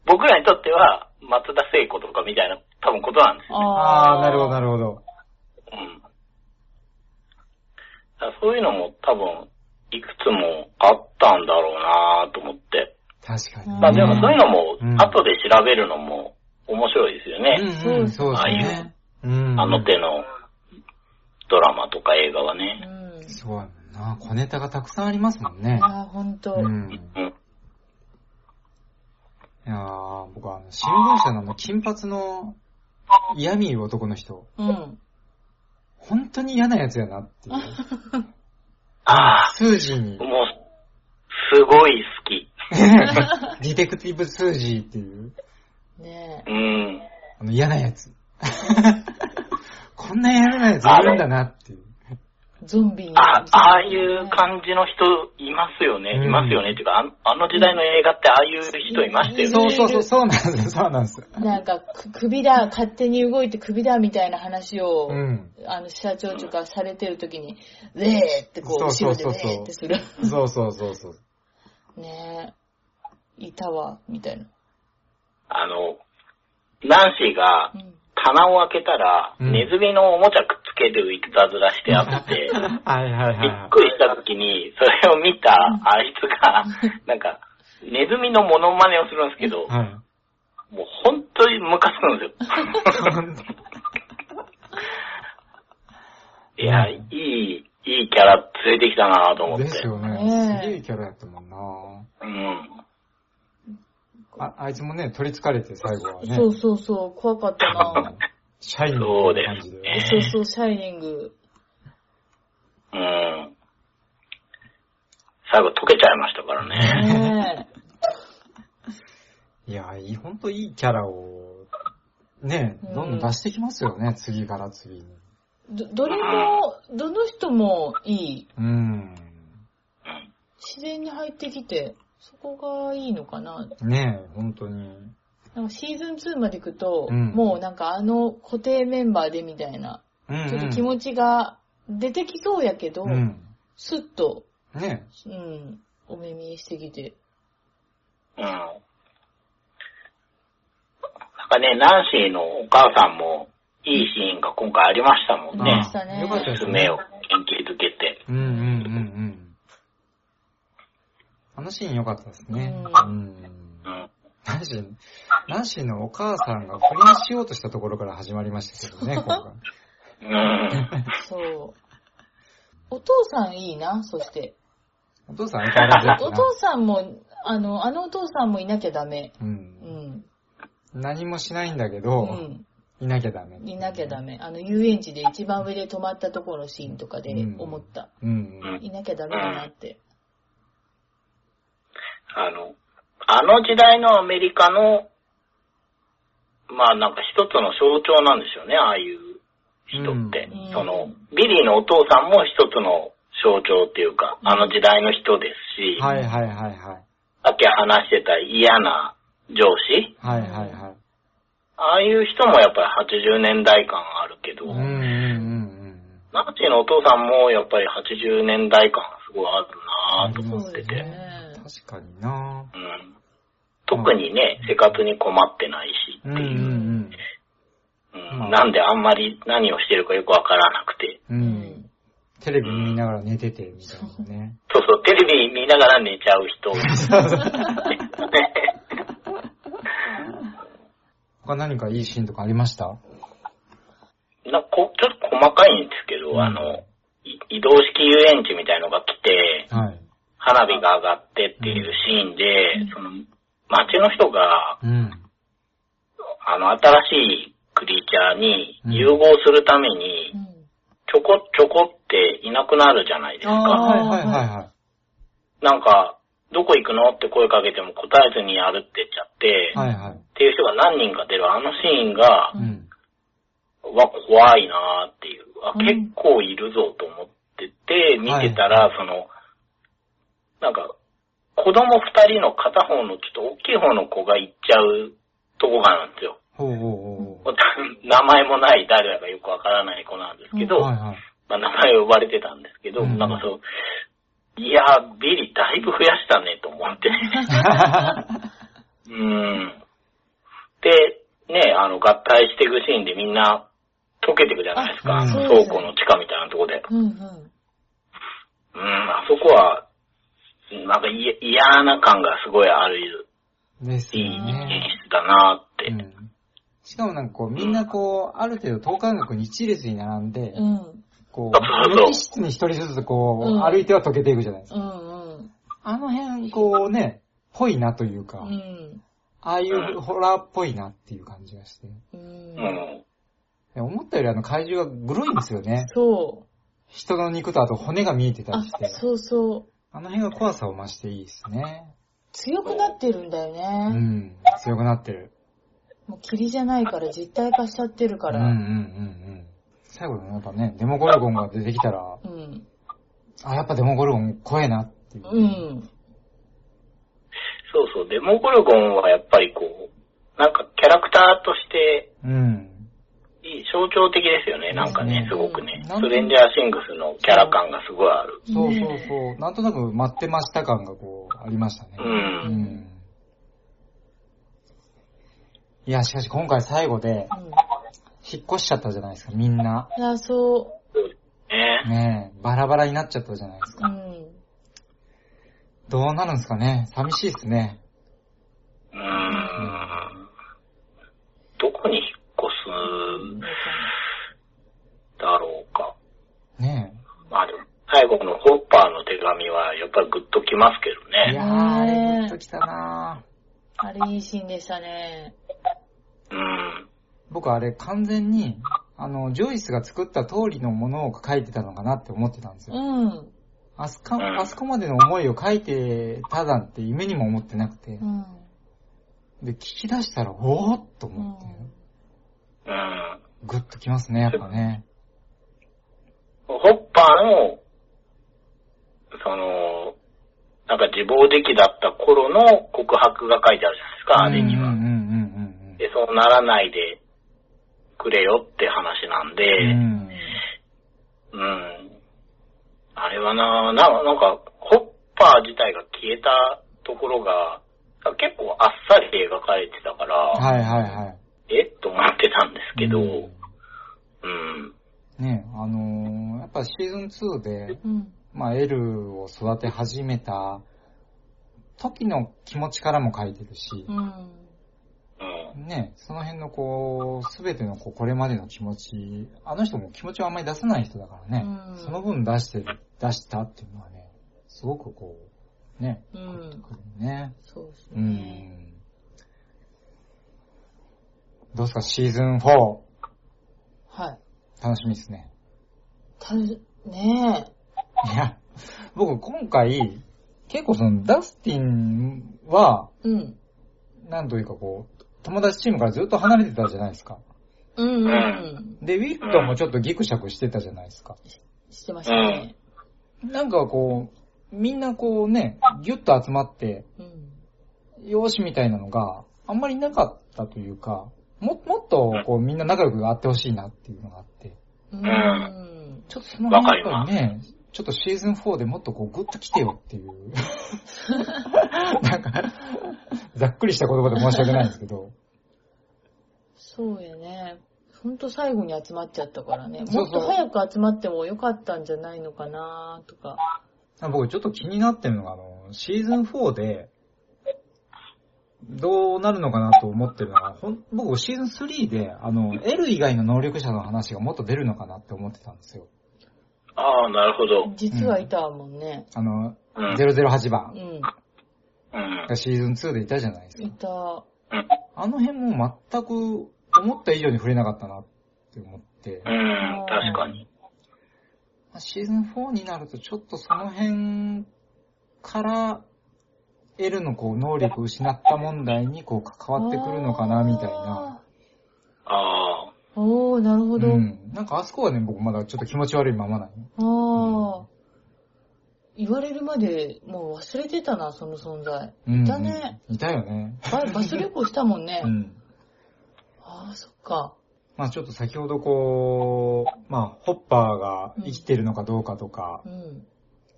Speaker 3: 僕らにとっては、松田聖子とかみたいな、多分ことなんですよ。
Speaker 2: ああ、なるほど、な
Speaker 1: る
Speaker 2: るほど。
Speaker 3: うん。だからそういうのも多分、いくつもあったんだろうなと思って。
Speaker 2: 確かにね。
Speaker 3: まあでもそういうのも
Speaker 2: う、ん
Speaker 3: 後で調べるのも面白いですよね。
Speaker 2: うんうん、そうですね。うん。
Speaker 3: あの手のドラマとか映画はね。
Speaker 1: うん。
Speaker 2: そうやもんな。小ネタがたくさんありますもんね。
Speaker 1: ああ、ほんと。
Speaker 2: うん。い
Speaker 3: うん。
Speaker 2: やー僕はあの、新聞社のあの、金髪の嫌味い男の人、
Speaker 1: うん。
Speaker 2: 本当に嫌なやつやなって
Speaker 3: <laughs>
Speaker 2: いう。
Speaker 3: ああ、
Speaker 2: スージー
Speaker 3: <laughs>
Speaker 2: に、
Speaker 3: もう、すごい好き。
Speaker 2: ディテクティブスージーっていう、
Speaker 1: ね
Speaker 3: うん。
Speaker 2: あの、嫌なやつ。 <laughs> こんな嫌なやついるんだなっていう。
Speaker 1: え。ゾンビに。
Speaker 3: あ、ああいう感じの人いますよね。
Speaker 2: うん
Speaker 3: いますよね。っていうか、あのあの時代の映画ってああいう人いましたよね。
Speaker 2: そうそうそう、そうなんです、そうなんです。
Speaker 1: なんか、く首だ、勝手に動いて首だみたいな話を、
Speaker 2: うん。
Speaker 1: あの、社長とかされてるときに、ぜーってこう、後
Speaker 2: そう
Speaker 1: ろで
Speaker 2: そうそうそう
Speaker 1: ねーってする。
Speaker 2: そうそうそうそう。
Speaker 1: ねえ。いたわ、みたいな。
Speaker 3: あの、ナンシーが
Speaker 1: うん。
Speaker 3: 棚を開けたら、
Speaker 2: うん
Speaker 3: ネズミのおもちゃくっつけていたずらしてあって、
Speaker 2: はいはいは
Speaker 3: <laughs> び
Speaker 2: い
Speaker 3: っ
Speaker 2: は
Speaker 3: くりした時に、それを見たあいつが、なんか、ネズミのモノマネをするんですけど
Speaker 2: い。、は
Speaker 3: もう本当にムカつく
Speaker 2: <laughs>
Speaker 3: んですよ。いや、いい、いいキャラ連れてきたなと思っ
Speaker 2: い。で
Speaker 3: て。
Speaker 2: すよ
Speaker 1: ね
Speaker 2: ね。
Speaker 1: え
Speaker 2: すげえキャラやったもんな
Speaker 3: うん。
Speaker 2: あ、あいつもね、取り憑かれて最後はね。
Speaker 1: そうそうそう、怖かったな。
Speaker 2: シャイニン
Speaker 3: そう
Speaker 2: グ
Speaker 3: で
Speaker 2: な感
Speaker 3: す
Speaker 2: じで。
Speaker 3: ね
Speaker 1: そうそう、シャイニング。
Speaker 3: うん。最後溶けちゃいましたからね。
Speaker 1: ねえ。
Speaker 2: いや、いい、ほんといいキャラを、ね、
Speaker 1: うん
Speaker 2: どんどん出してきますよね、次から次に。
Speaker 1: ど、どれも、どの人もいい。
Speaker 2: うん。
Speaker 1: 自然に入ってきて、そこがいいのかな。
Speaker 2: ねえ、ほんとに。
Speaker 1: なんかシーズン2まで行くと、
Speaker 2: うん
Speaker 1: もうなんかあの固定メンバーでみたいな、
Speaker 2: うん、うん。
Speaker 1: ちょっと気持ちが出てきそうやけど、
Speaker 2: うん。
Speaker 1: スッと、
Speaker 2: ね
Speaker 1: うん、お目見えしてきて。
Speaker 3: うん。なんかね、ナンシーのお母さんも、いいシーンが今回ありましたもん
Speaker 1: あり
Speaker 3: ね
Speaker 1: まし。たね
Speaker 2: よかったですね
Speaker 3: 爪。を元気づけて。
Speaker 2: うんうんうんうん。あのシーン良かったですね。
Speaker 1: う
Speaker 2: うん
Speaker 3: うん。
Speaker 2: ナンシー、ナンシーのお母さんが不倫しようとしたところから始まりましたけ
Speaker 1: <laughs>
Speaker 2: どね、今回。
Speaker 3: うん。
Speaker 1: そう。お父さんいいな、そして。
Speaker 2: お父さん相変わらずやった
Speaker 1: お
Speaker 2: な。
Speaker 1: 父さんも、あの、あのお父さんもいなきゃダメ。
Speaker 2: う。
Speaker 1: うんん。
Speaker 2: 何もしないんだけ
Speaker 1: う
Speaker 2: ど、
Speaker 1: ん。
Speaker 2: いなきゃダメ。
Speaker 1: いなきゃダメ。あの、遊園地で一番上で泊まったところのシーンとかで思った。
Speaker 2: うんうん。
Speaker 3: ん
Speaker 1: いなきゃダメだなって。
Speaker 3: あの、あの時代のアメリカの、まあなんか一つの象徴なんですよね、ああいう人って。
Speaker 1: うん
Speaker 3: その、ビリーのお父さんも一つの象徴っていうか、あの時代の人ですし、
Speaker 2: はいはいはいはい。
Speaker 3: さっき話してた嫌な上司、
Speaker 2: はいはいはい。
Speaker 3: ああいう人もやっぱり80年代感あるけど、
Speaker 2: うんうんうんうん。
Speaker 3: ナンチーのお父さんもやっぱり80年代感すごいあるなぁと
Speaker 2: うん
Speaker 3: 思
Speaker 1: そ
Speaker 3: っ
Speaker 1: う
Speaker 3: て
Speaker 1: です
Speaker 3: て、
Speaker 1: ね。
Speaker 2: 確かにな
Speaker 3: うん、特にね、生活に困ってないし
Speaker 2: う
Speaker 3: っ
Speaker 2: ん
Speaker 3: て
Speaker 2: う
Speaker 3: いう。
Speaker 2: ん
Speaker 3: うんなんであんまり何をしてるかよくわからなくて。
Speaker 2: うん。う。
Speaker 1: うんん。
Speaker 2: テレビ見ながら寝てて、みたいなね。
Speaker 3: そうそう、テレビ見ながら寝ちゃう人。
Speaker 2: 他何かいいシーンとかありました
Speaker 3: なこちょっと細かいんですけど、
Speaker 2: うん
Speaker 3: あの、い移動式遊園地みたいのが来て、
Speaker 2: はい。
Speaker 3: 花火が上がってっていうシーンで、その、街の人が、
Speaker 2: うん。
Speaker 3: あの、新しいクリーチャーに融合するために、ちょこちょこっていなくなるじゃないです
Speaker 2: ああ、
Speaker 3: か。
Speaker 2: はいはいはいは
Speaker 3: なんか、どこ行くのって声かけても答えずに歩ってっちゃって、
Speaker 2: い。はいはい。
Speaker 3: っていう人が何人か出るあのシーンが
Speaker 2: う、ん。
Speaker 3: うわ、怖いなーっていう。あ、
Speaker 1: うん
Speaker 3: 結構いるぞと思ってて、見てたら、その、なんか、子供二人の片方のちょっと大きい方の子が行っちゃうとこがなんですよ。 <laughs>
Speaker 2: ほうほうほ
Speaker 3: 名前もない誰だかよくわからない子なんですけ
Speaker 2: う。
Speaker 3: ど、
Speaker 2: はいはい。
Speaker 3: まあ、名前呼ばれてたんですけど、
Speaker 2: うん
Speaker 3: なんかそう、いやー、ビリだいぶ増やしたねと
Speaker 2: <laughs>
Speaker 3: 思って。うん。で、ね、あの、合体していくシーンでみんな溶けていくじゃないですか。
Speaker 2: あうん
Speaker 3: 倉庫の地下みたいなとこで。
Speaker 1: うんうん。
Speaker 3: うん、あそこは、なんかいや嫌な感がすごいある、
Speaker 2: <laughs> です
Speaker 3: い
Speaker 2: よ
Speaker 3: い演
Speaker 2: ね。
Speaker 3: 出だなって。
Speaker 2: うんしかもなんかこう、みんなこう、ある程度等間隔に一列に並んで
Speaker 1: う、ん。
Speaker 2: こ
Speaker 3: そう
Speaker 2: う、
Speaker 3: そう
Speaker 2: 無機質に一人ずつこう、
Speaker 1: うん
Speaker 2: 歩いては溶けていくじゃないですか。
Speaker 1: うんうん。
Speaker 2: あの辺、こうね、ぽいなというか、
Speaker 1: うん。
Speaker 2: ああいうホラーっぽいなっていう感じがして。
Speaker 1: う。
Speaker 3: うんん。
Speaker 2: で思ったよりあの怪獣がグロいんですよね。
Speaker 1: そ
Speaker 2: 人の肉とあと骨が見えて
Speaker 1: う。
Speaker 2: た
Speaker 1: あ
Speaker 2: りして。、
Speaker 1: そうそう。
Speaker 2: あの辺が怖さを増していいですね。
Speaker 1: 強くなってるんだよ
Speaker 2: う
Speaker 1: ね。
Speaker 2: ん。強くなってる。
Speaker 1: もう霧じゃないから実体化しちゃってるか
Speaker 2: うんうんうん
Speaker 1: ら。
Speaker 2: うん。最後のやっぱね、デモゴルゴンが出てきたら、
Speaker 1: うん。
Speaker 2: あ、やっぱデモゴルゴン怖えなっていう。
Speaker 1: うん。
Speaker 3: そうそう、デモゴルゴンはやっぱりこう、なんかキャラクターとして、
Speaker 2: うん。
Speaker 3: いい象徴的ですよね、なんかね、すごくね。
Speaker 2: うん
Speaker 3: ストレンジャーシングスのキャラ感がすごいある。
Speaker 2: そうそうそう。なんとなく待ってました感がこう、ありましたね。
Speaker 3: うん
Speaker 2: うん。いや、しかし今回最後で、引っ越しちゃったじゃないですか、みんな。
Speaker 1: うん。あ、そ
Speaker 3: ね。
Speaker 2: ねえ、バラバラになっちゃったじゃないです
Speaker 1: う。う
Speaker 2: か。
Speaker 1: ん。
Speaker 2: どうなるんですかね寂しいですね。
Speaker 3: うーん。どこに引っ越すだろうか。
Speaker 2: ね
Speaker 3: まあでも、最後のホッパーの手紙はやっぱりグッときますけど
Speaker 2: え。い
Speaker 3: ね。
Speaker 2: やー、あれ
Speaker 1: ねえ
Speaker 2: グッときたなー
Speaker 1: あれいいシーンでしたね。
Speaker 3: うん。
Speaker 2: 僕あれ完全に、あの、ジョイスが作った通りのものを書いてたのかなって思ってたんです
Speaker 1: う
Speaker 2: よ。
Speaker 1: ん。
Speaker 2: あそか、
Speaker 3: うん
Speaker 2: あそこまでの思いを書いてたなんて夢にも思ってなくて
Speaker 1: う。ん。
Speaker 2: で、聞き出したら、おーっと
Speaker 1: う
Speaker 2: 思って、
Speaker 1: ん。
Speaker 3: うん。
Speaker 2: グッときますね、やっぱね。
Speaker 3: ホッパーの、その、なんか自暴自棄だった頃の告白が書いてあるじゃないですか、あれに
Speaker 2: うんう
Speaker 3: は。
Speaker 2: んうん
Speaker 3: で、そうならないでくれよって話なんで、
Speaker 2: うんうん。うん。
Speaker 3: うん。あれはな、ななんか、ホッパー自体が消えたところが、結構あっさり描かれてたから、
Speaker 2: はいはいはい。
Speaker 3: えっと思ってたんですけど、う
Speaker 2: うん
Speaker 3: ん。
Speaker 2: ねえ、あのーやっぱシーズン2で、
Speaker 1: うん。
Speaker 2: まあ、エルを育て始めた時の気持ちからも書いてるし
Speaker 1: う、ん。
Speaker 3: うん。
Speaker 2: ね、その辺のこう、すべてのこう、これまでの気持ち、あの人も気持ちをあんまり出さない人だからね、
Speaker 1: うん
Speaker 2: その分出して、出したっていうのはね、すごくこう、ね、
Speaker 1: う
Speaker 2: グッと
Speaker 1: ん。
Speaker 2: くるね。
Speaker 1: そうです
Speaker 2: う
Speaker 1: ね。
Speaker 2: ん。どうですか、シーズン4、
Speaker 1: はい。
Speaker 2: 楽しみですね。
Speaker 1: た、ねえ。
Speaker 2: いや、僕今回、結構その、ダスティンは、
Speaker 1: うん。
Speaker 2: なんというかこう、友達チームからずっと離れてたじゃないですか。
Speaker 1: うんうん。
Speaker 2: で、ウィルトンもちょっとギクシャクしてたじゃないですか。
Speaker 1: してましたね。
Speaker 2: なんかこう、みんなこうね、ギュッと集まって、
Speaker 1: うん。
Speaker 2: よーしみたいなのがあんまりなかったというか、も、もっとこうみんな仲良くあってほしいなっていうのがあって、
Speaker 1: うん。
Speaker 2: ちょっとその辺や
Speaker 3: わ
Speaker 2: っぱ
Speaker 3: か
Speaker 2: りね、ちょっとシーズン4でもっとこうグッと来てよって
Speaker 3: <laughs>
Speaker 2: いう。なんか、ざっくりした言葉で申し訳ないんですけど。
Speaker 1: そうやね。ほんと最後に集まっちゃったからね。
Speaker 2: そ
Speaker 1: も
Speaker 2: う
Speaker 1: っ
Speaker 2: そう
Speaker 1: と早く集まってもよかったんじゃないのかなとか。
Speaker 2: 僕ちょっと気になってるのが、あの、シーズン4で、どうなるのかなと思ってるのが、ほん僕シーズン3で、あの、L 以外の能力者の話がもっと出るのかなって思ってたんですよ。
Speaker 3: ああ、なるほど。
Speaker 4: 実はいたもんね。
Speaker 2: あの、
Speaker 3: うん。
Speaker 2: 008
Speaker 4: う
Speaker 2: 番
Speaker 4: ん。
Speaker 3: うん。
Speaker 2: がシーズン2でいたじゃないです
Speaker 4: い
Speaker 2: か。
Speaker 4: た。
Speaker 3: うん。
Speaker 2: あの辺も全く思った以上に触れなかったなって思って、
Speaker 3: うん。確かに。
Speaker 2: まあシーズン4になるとちょっとその辺から、L のこう能力失った問題にこう関わってくるのかなみたいな。
Speaker 3: ああ。
Speaker 4: あー。おー、なるほど。
Speaker 2: うん。なんかあそこはね、僕まだちょっと気持ち悪いままなの。
Speaker 4: ああ。言われるまでもう忘れてたな、その存在。
Speaker 2: うん
Speaker 4: いたね。
Speaker 2: いたよね。
Speaker 4: ババス旅行したもんね。
Speaker 2: うん。
Speaker 4: ああ、そっか。
Speaker 2: まあちょっと先ほどこう、まあホッパーが生きてるのかどうかとか
Speaker 4: う、ん。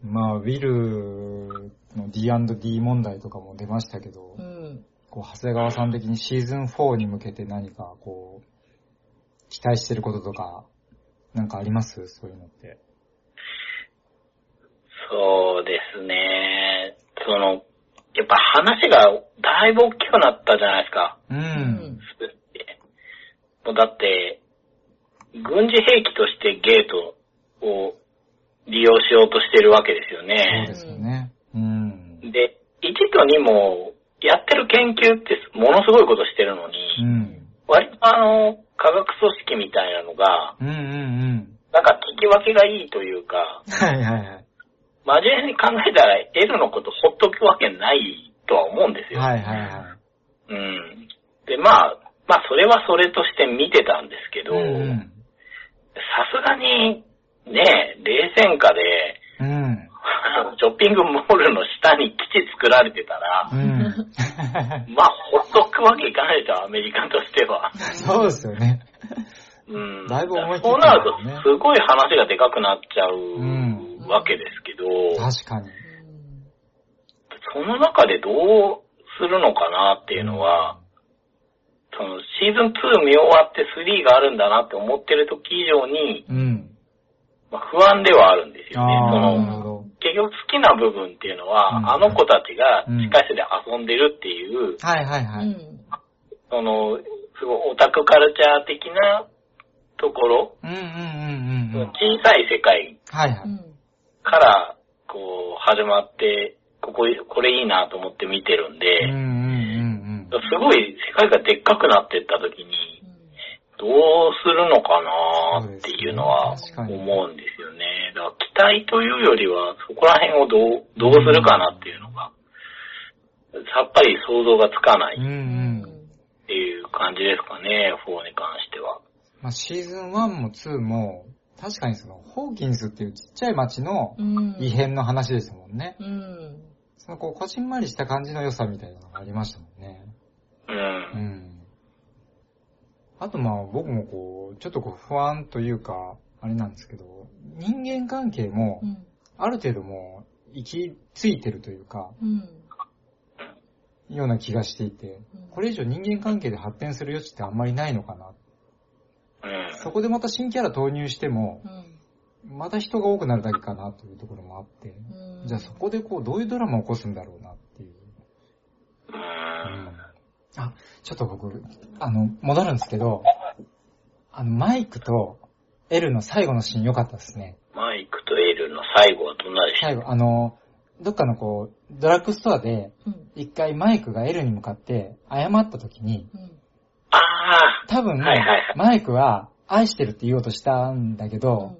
Speaker 2: まあウィルの D&D 問題とかも出ましたけど、
Speaker 4: うん。
Speaker 2: こう長谷川さん的にシーズン4に向けて何かこう、期待してることとか、なんかありますそういうのって。
Speaker 3: そうですね。その、やっぱ話がだいぶ大きくなったじゃないですか。
Speaker 2: う。。
Speaker 4: うん
Speaker 3: もうだって、軍事兵器としてゲートを利用しようとしてるわけですよ
Speaker 2: そう
Speaker 3: ね
Speaker 2: で。すよね。うん。
Speaker 3: で、1と2もやってる研究ってものすごいことしてるのに、
Speaker 2: うん。
Speaker 3: 割とあの、科学組織みたいなのが、
Speaker 2: うん
Speaker 4: <laughs>
Speaker 2: うんうん。
Speaker 3: なんか聞き分けがいいというか、
Speaker 2: はいはいはい。
Speaker 3: 真面目に考えたら L のことほっとくわけないとは思うんですよ。
Speaker 2: はいはいはい。
Speaker 3: うん。で、まあ、まあそれはそれとして見てたんですけど、
Speaker 2: うん
Speaker 3: さすがに、ね、冷戦下で、
Speaker 2: うん。うん。
Speaker 3: あのショッピングモールの下に基地作られてたら、
Speaker 2: うん。 <laughs>
Speaker 3: まあ、ほっとくわけいかないでしょ、アメリカとし
Speaker 2: <laughs>
Speaker 3: ては。
Speaker 2: そうですよね。
Speaker 3: うん。
Speaker 2: だいぶ思い切
Speaker 3: そう
Speaker 2: っ
Speaker 3: な
Speaker 2: た
Speaker 3: る
Speaker 2: んだよね
Speaker 3: と、すごい話がでかくなっちゃ
Speaker 2: ん
Speaker 3: うわけですけど、
Speaker 2: 確かに。
Speaker 3: その中でどうするのかなっていうのは、そのシーズン2見終わって3があるんだなって思ってる時以上に、
Speaker 2: うん。
Speaker 3: まあ、不安ではあるんですよね。
Speaker 2: あ
Speaker 3: そ
Speaker 2: あ、な
Speaker 3: の
Speaker 2: るほど。
Speaker 3: 結局好きな部分っていうのは、
Speaker 2: うん
Speaker 3: あの子たちが地下室で遊んでるっていう、
Speaker 2: はいはいうはい。うん
Speaker 4: ん。
Speaker 3: その、すごいオタクカルチャー的なところ、
Speaker 2: うんうんうんうん。
Speaker 3: 小さい世界
Speaker 2: はいは
Speaker 4: う
Speaker 2: い。
Speaker 4: ん。
Speaker 3: から、こう、始まって、ここ、これいいなと思って見てる
Speaker 2: う
Speaker 3: ん
Speaker 2: んう
Speaker 3: で、
Speaker 2: んうん
Speaker 3: すごい世界がでっかくなってった時に、どうするのかなっていうのは
Speaker 2: そうですね確かに
Speaker 3: 思うんですよね。だから期待というよりは、そこら辺をどう、どうするかなっていうのが、さっぱり想像がつかな
Speaker 2: うん。う
Speaker 3: い
Speaker 2: ん
Speaker 4: う
Speaker 2: う
Speaker 4: ん。
Speaker 2: ん。
Speaker 3: っていう感じですかね、4に関しては。
Speaker 2: まあ、シーズン1も2も、確かにその、ホーキンスっていうちっちゃい町の
Speaker 4: うん。
Speaker 2: 異。変の話ですもんね。
Speaker 4: うん。
Speaker 2: その、こう、こじんまりした感じの良さみたいなのがありましたもんね。
Speaker 3: う。
Speaker 2: うんん。あとまあ僕もこう、ちょっとこう不安というか、あれなんですけど、人間関係も
Speaker 4: う、ん。
Speaker 2: ある程度もう、行き着いてるというか、
Speaker 4: うん。
Speaker 2: ような気がしていて、これ以上人間関係で発展する余地ってあんまりないのかな。
Speaker 3: うん。
Speaker 2: そこでまた新キャラ投入しても、
Speaker 4: うん。
Speaker 2: また人が多くなるだけかなというところもあって、
Speaker 4: うん。
Speaker 2: じゃあそこでこう、どういうドラマを起こすんだろうなっていう。
Speaker 3: うん。
Speaker 2: あ、ちょっと僕、あの、戻るんですけど、あの、マイクとエルの最後のシーン良かったですね。
Speaker 3: マイクとエルの最後はどんなでした
Speaker 2: 最後、あの、どっかのこう、ドラッグストアで、
Speaker 4: うん。
Speaker 2: 一回マイクがエルに向かって謝った時に、
Speaker 4: うん。
Speaker 3: ああ
Speaker 2: 多分、
Speaker 3: はいはいはい
Speaker 2: マイクは愛してるって言おうとしたんだけど、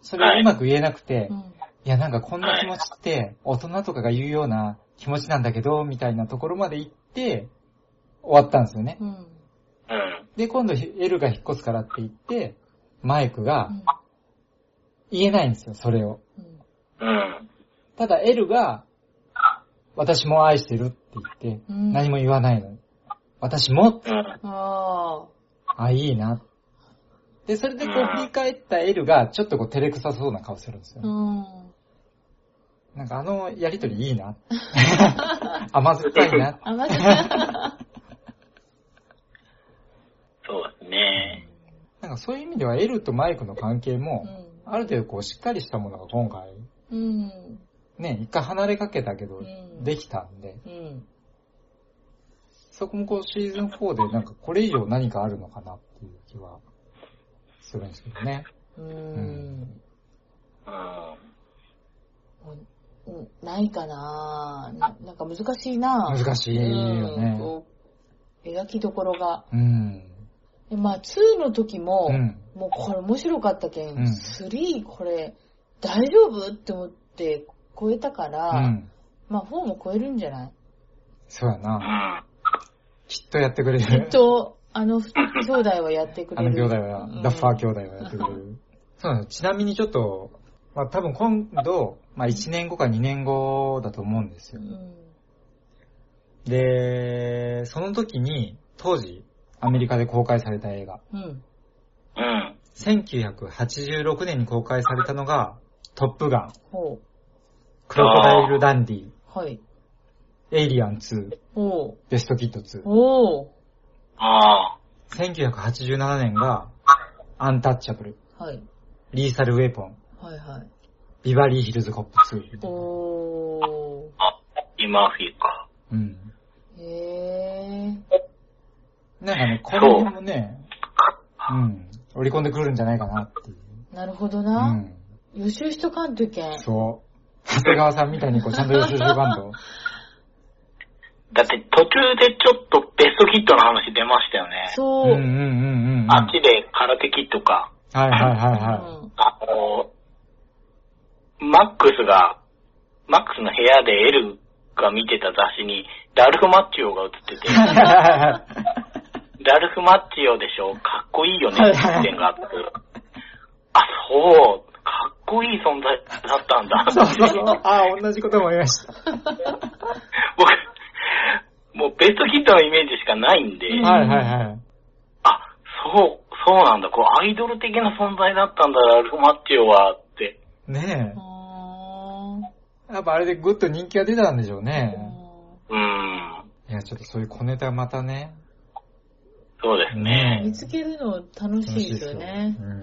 Speaker 2: それをうまく言えなくて、
Speaker 4: うん。
Speaker 2: いや、なんかこんな気持ちって、大人とかが言うような気持ちなんだけど、みたいなところまで行って、終わったんですよね。
Speaker 4: うん。
Speaker 3: ーうん。
Speaker 2: で、今度ひ、エルが引っ越すからって言って、マイクが言えないんですよ、それを。
Speaker 4: うん。
Speaker 3: うん。
Speaker 2: ただ、エルが、私も愛してるって言って、
Speaker 4: うん
Speaker 2: 何も言わないのに。私も、
Speaker 3: うん。
Speaker 4: あ
Speaker 2: あ、いいな。で、それでこ
Speaker 3: うん
Speaker 2: う振り返ったエルが、ちょっとこう照れくさそうな顔するんです
Speaker 4: あ。
Speaker 2: よ。
Speaker 4: うん。
Speaker 2: なんかあのやりとりいい
Speaker 4: <laughs>
Speaker 2: な。甘酸っぱいな。
Speaker 4: あ、また。
Speaker 3: そうですね。
Speaker 2: なんかそういう意味ではエルとマイクの関係
Speaker 4: う
Speaker 2: も、
Speaker 4: ん。
Speaker 2: ある程度こうしっかりしたものが今回、
Speaker 4: うん。
Speaker 2: ね、一回離れかけたけど
Speaker 4: う、ん
Speaker 2: できたんで、
Speaker 4: うん。
Speaker 2: そこもこうシーズン4でなんかこれ以上何かあるのかなっていう気はするんですけどね。
Speaker 1: うーん。
Speaker 3: うん。
Speaker 1: うんないかなななんか難しいな
Speaker 2: 難しいよ
Speaker 1: うん
Speaker 2: ね。
Speaker 1: こう描きどころが。
Speaker 2: うん。
Speaker 1: でまあ、2の時も、
Speaker 2: うん。
Speaker 1: もうこれ面白かったけん、
Speaker 2: うん
Speaker 1: 3これ大丈夫って思って超えたか
Speaker 2: う
Speaker 1: ら、
Speaker 2: ん。
Speaker 1: まあ4も超えるんじゃない
Speaker 2: そうや
Speaker 3: う
Speaker 2: な。
Speaker 3: ん。
Speaker 2: きっとやってくれ
Speaker 1: きっ
Speaker 2: る。
Speaker 1: と、あのふ兄弟はやってく
Speaker 2: あ
Speaker 1: れる。
Speaker 2: の兄弟は
Speaker 1: う、ん
Speaker 2: ダッファー兄弟はやってくれる。そうなの。ちなみにちょっと、まあ多分今度、まあ1年後か2年後だと思うんですよ。で、その時に、当時、アメリカで公開された映画、
Speaker 1: うん。うん。
Speaker 3: うん。
Speaker 2: 1986年に公開されたのが、トップガン、
Speaker 1: ほ
Speaker 2: クロコダイルダンディ、
Speaker 1: う。はい。
Speaker 2: エイリアン2、
Speaker 1: ほ
Speaker 2: ベストキッド
Speaker 1: う。
Speaker 2: 2。
Speaker 1: ほ
Speaker 3: あ
Speaker 2: 1987年が、アンタッチャブル、
Speaker 1: う。はい。
Speaker 2: リーサルウェポン、
Speaker 1: はいはい。
Speaker 2: ビバリーヒルズコップ2みたいな。
Speaker 1: おー。
Speaker 3: あ。あ、イマフィーか。
Speaker 2: うん。
Speaker 1: へー。
Speaker 2: なんかね、この辺もね、うん、織り込んでくるんじゃないかなっていう。
Speaker 1: なるほど
Speaker 2: う
Speaker 1: な。
Speaker 2: ん。
Speaker 1: 予習しとかんといけん。
Speaker 2: そう。長谷川さんみたいにこう、ちゃんと予習しとかんと。
Speaker 3: だって途中でちょっとベストキットの話出ましたよね。
Speaker 1: そうう。う
Speaker 2: んうんう
Speaker 1: ん。
Speaker 2: んうんうん。
Speaker 3: あっちで空手キットか。
Speaker 2: はいはいはいは
Speaker 3: あの、マックスが、マックスの部屋でエルが見てた雑誌に、ダルフ・マッチオが映っ
Speaker 2: <laughs>
Speaker 3: て
Speaker 2: い。
Speaker 3: て、ダルフ・マッチオでしょかっこいいよねっていう点があって、あ、そう、かっこいい存在だったんだ。
Speaker 2: <laughs> そうそうそう。ああ、同じことも言いました。
Speaker 3: <laughs> 僕、もうベストキットのイメージしかないんで、
Speaker 2: はいはいはい。
Speaker 3: あ、そう、そうなんだ、こうアイドル的な存在だったんだ、ダルフ・マッチオはって。
Speaker 2: ね
Speaker 1: あ
Speaker 2: え。やっぱあれでぐっと人気が出たんでしょう
Speaker 1: ー
Speaker 2: ね。
Speaker 3: うーん、
Speaker 2: いや、ちょっとそういう小ネタまたね。
Speaker 3: そうですね。
Speaker 1: 見つけるの楽しいですよね。
Speaker 3: うん。
Speaker 2: うん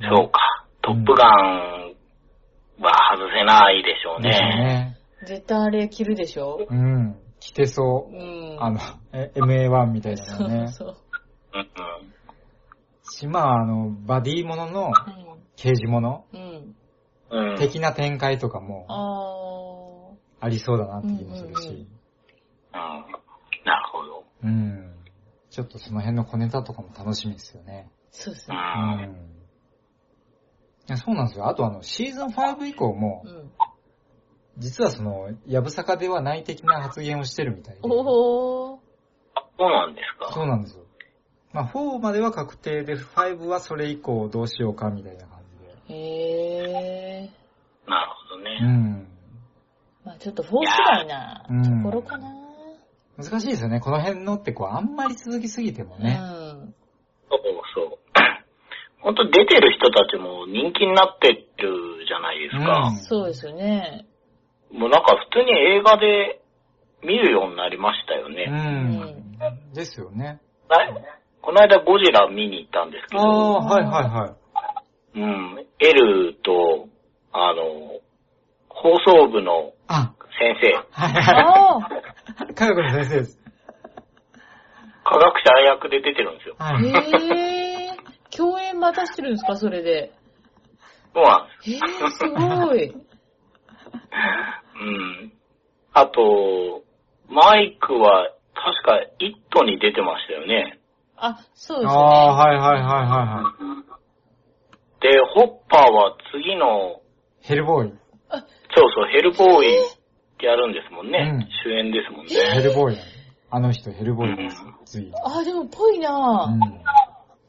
Speaker 3: そうか。トップガンは外せないでしょ
Speaker 2: う。
Speaker 3: うんね。
Speaker 2: ですね。
Speaker 1: 絶対あれ着るでしょ
Speaker 2: うん。着てそうう。
Speaker 1: ん。
Speaker 2: あの、え MA1 みたいな
Speaker 1: そ
Speaker 2: の
Speaker 1: う
Speaker 2: ね。
Speaker 1: そう。
Speaker 3: うんうん。
Speaker 2: し、まあ、あの、バディものの刑事もの
Speaker 1: うん。うん。
Speaker 3: うん、うん
Speaker 2: 的な展開とかも
Speaker 1: あ
Speaker 2: ありそうだなって気もする
Speaker 1: うんうんう
Speaker 2: し
Speaker 1: ん。
Speaker 3: なるほど。
Speaker 2: うん。ちょっとその辺の小ネタとかも楽しみですよね。
Speaker 1: ー。そうです
Speaker 3: う
Speaker 1: ね。
Speaker 2: うん
Speaker 3: ん。
Speaker 2: いやそうなんですよ。あとあの、シーズン5以降も
Speaker 1: う、ん。
Speaker 2: 実はその、やぶさかではない的な発言をしてるみたいで。
Speaker 1: おー。
Speaker 3: あそうなんですか。
Speaker 2: そうなんですよ。まあ、4までは確定で、5はそれ以降どうしようかみたいな感じで。
Speaker 1: へー。
Speaker 3: なるほど
Speaker 2: う
Speaker 3: ね。
Speaker 2: ん。
Speaker 1: まあちょっとフォーくらいな
Speaker 2: うん
Speaker 1: ところかな。
Speaker 2: 難しいですよね。この辺のってこう、あんまり続きすぎてもね。
Speaker 1: うん。
Speaker 3: そうそう。 <coughs> 本当出てる人たちも人気になってるじゃないです
Speaker 2: う
Speaker 3: か
Speaker 2: ん。
Speaker 1: そうですよ
Speaker 2: <laughs>
Speaker 1: ね。
Speaker 3: もうなんか普通に映画で見るようになりましたよ
Speaker 2: う
Speaker 3: ね。
Speaker 2: ん。ですよね。
Speaker 3: ないこの間ゴジラ見に行ったんですけ
Speaker 2: あ
Speaker 3: ど。
Speaker 2: あ、はいはいはい。
Speaker 3: うん、L と、あの、放送部の
Speaker 2: あ、
Speaker 3: 先生、
Speaker 2: はいは
Speaker 1: ああ
Speaker 2: い。科学の先生です。
Speaker 3: 科学者役で出てるんですよ。
Speaker 2: はい。
Speaker 1: へえ。共演またしてるんですか、それで。
Speaker 3: そうなんで
Speaker 1: へえ、すごい。
Speaker 3: す。うん。あと、マイクは、確か、イットに出てましたよね。
Speaker 1: あ、そうですね。
Speaker 2: ああー、はいはいはいはいはい。
Speaker 3: で、ホッパーは次の、
Speaker 2: ヘルボーイ。
Speaker 3: そうそう、ヘルボーイやるんですもんね。
Speaker 2: うん
Speaker 3: 主演ですもんね。
Speaker 2: ヘルボーイなの。あの人、ヘルボーイです
Speaker 3: うん。
Speaker 2: つい。
Speaker 1: あ、でもぽいうな、
Speaker 2: ん。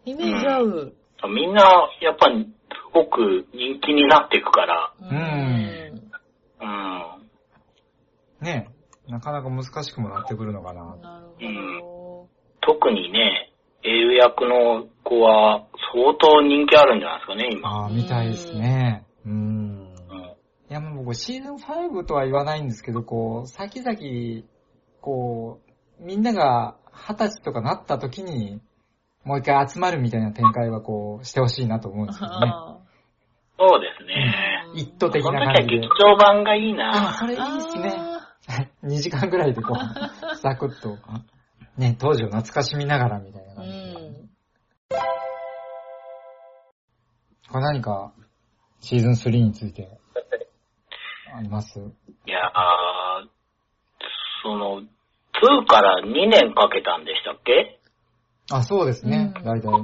Speaker 1: イメージ合う。
Speaker 3: みんな、やっぱり、すごく人気になっていくから、
Speaker 1: うん
Speaker 3: うん。
Speaker 2: ねなかなか難しくもなってくるのかな。
Speaker 1: なるほ
Speaker 3: 特にね、英訳の子は相当人気あるんじゃないですかね、今。
Speaker 2: ああ、みたいですね。うん。
Speaker 3: うん
Speaker 2: いや、もう僕、シーズン5とは言わないんですけど、こう、先々、こう、みんなが二十歳とかなった時に、もう一回集まるみたいな展開はこう、してほしいなと思うんです
Speaker 1: ど。
Speaker 2: けどね。
Speaker 1: あ
Speaker 3: そうですね。
Speaker 1: ー
Speaker 2: 一途的
Speaker 3: その
Speaker 2: な
Speaker 3: 時は
Speaker 2: 感じ
Speaker 3: 劇
Speaker 2: で。
Speaker 3: 場版がいい
Speaker 2: ああ、
Speaker 3: な
Speaker 2: <laughs> それいいっすね。
Speaker 1: あ
Speaker 2: 2時間ぐらいでこう、サクッと、ね、当時を懐かしみながらみたいな
Speaker 4: う
Speaker 2: 感じで。
Speaker 4: ん。
Speaker 2: これ何か、シーズン3について、あります
Speaker 3: いやー、その、2から2年かけたんでしたっけ
Speaker 2: あ、そうですね。
Speaker 4: うん
Speaker 2: 大体。うんうん。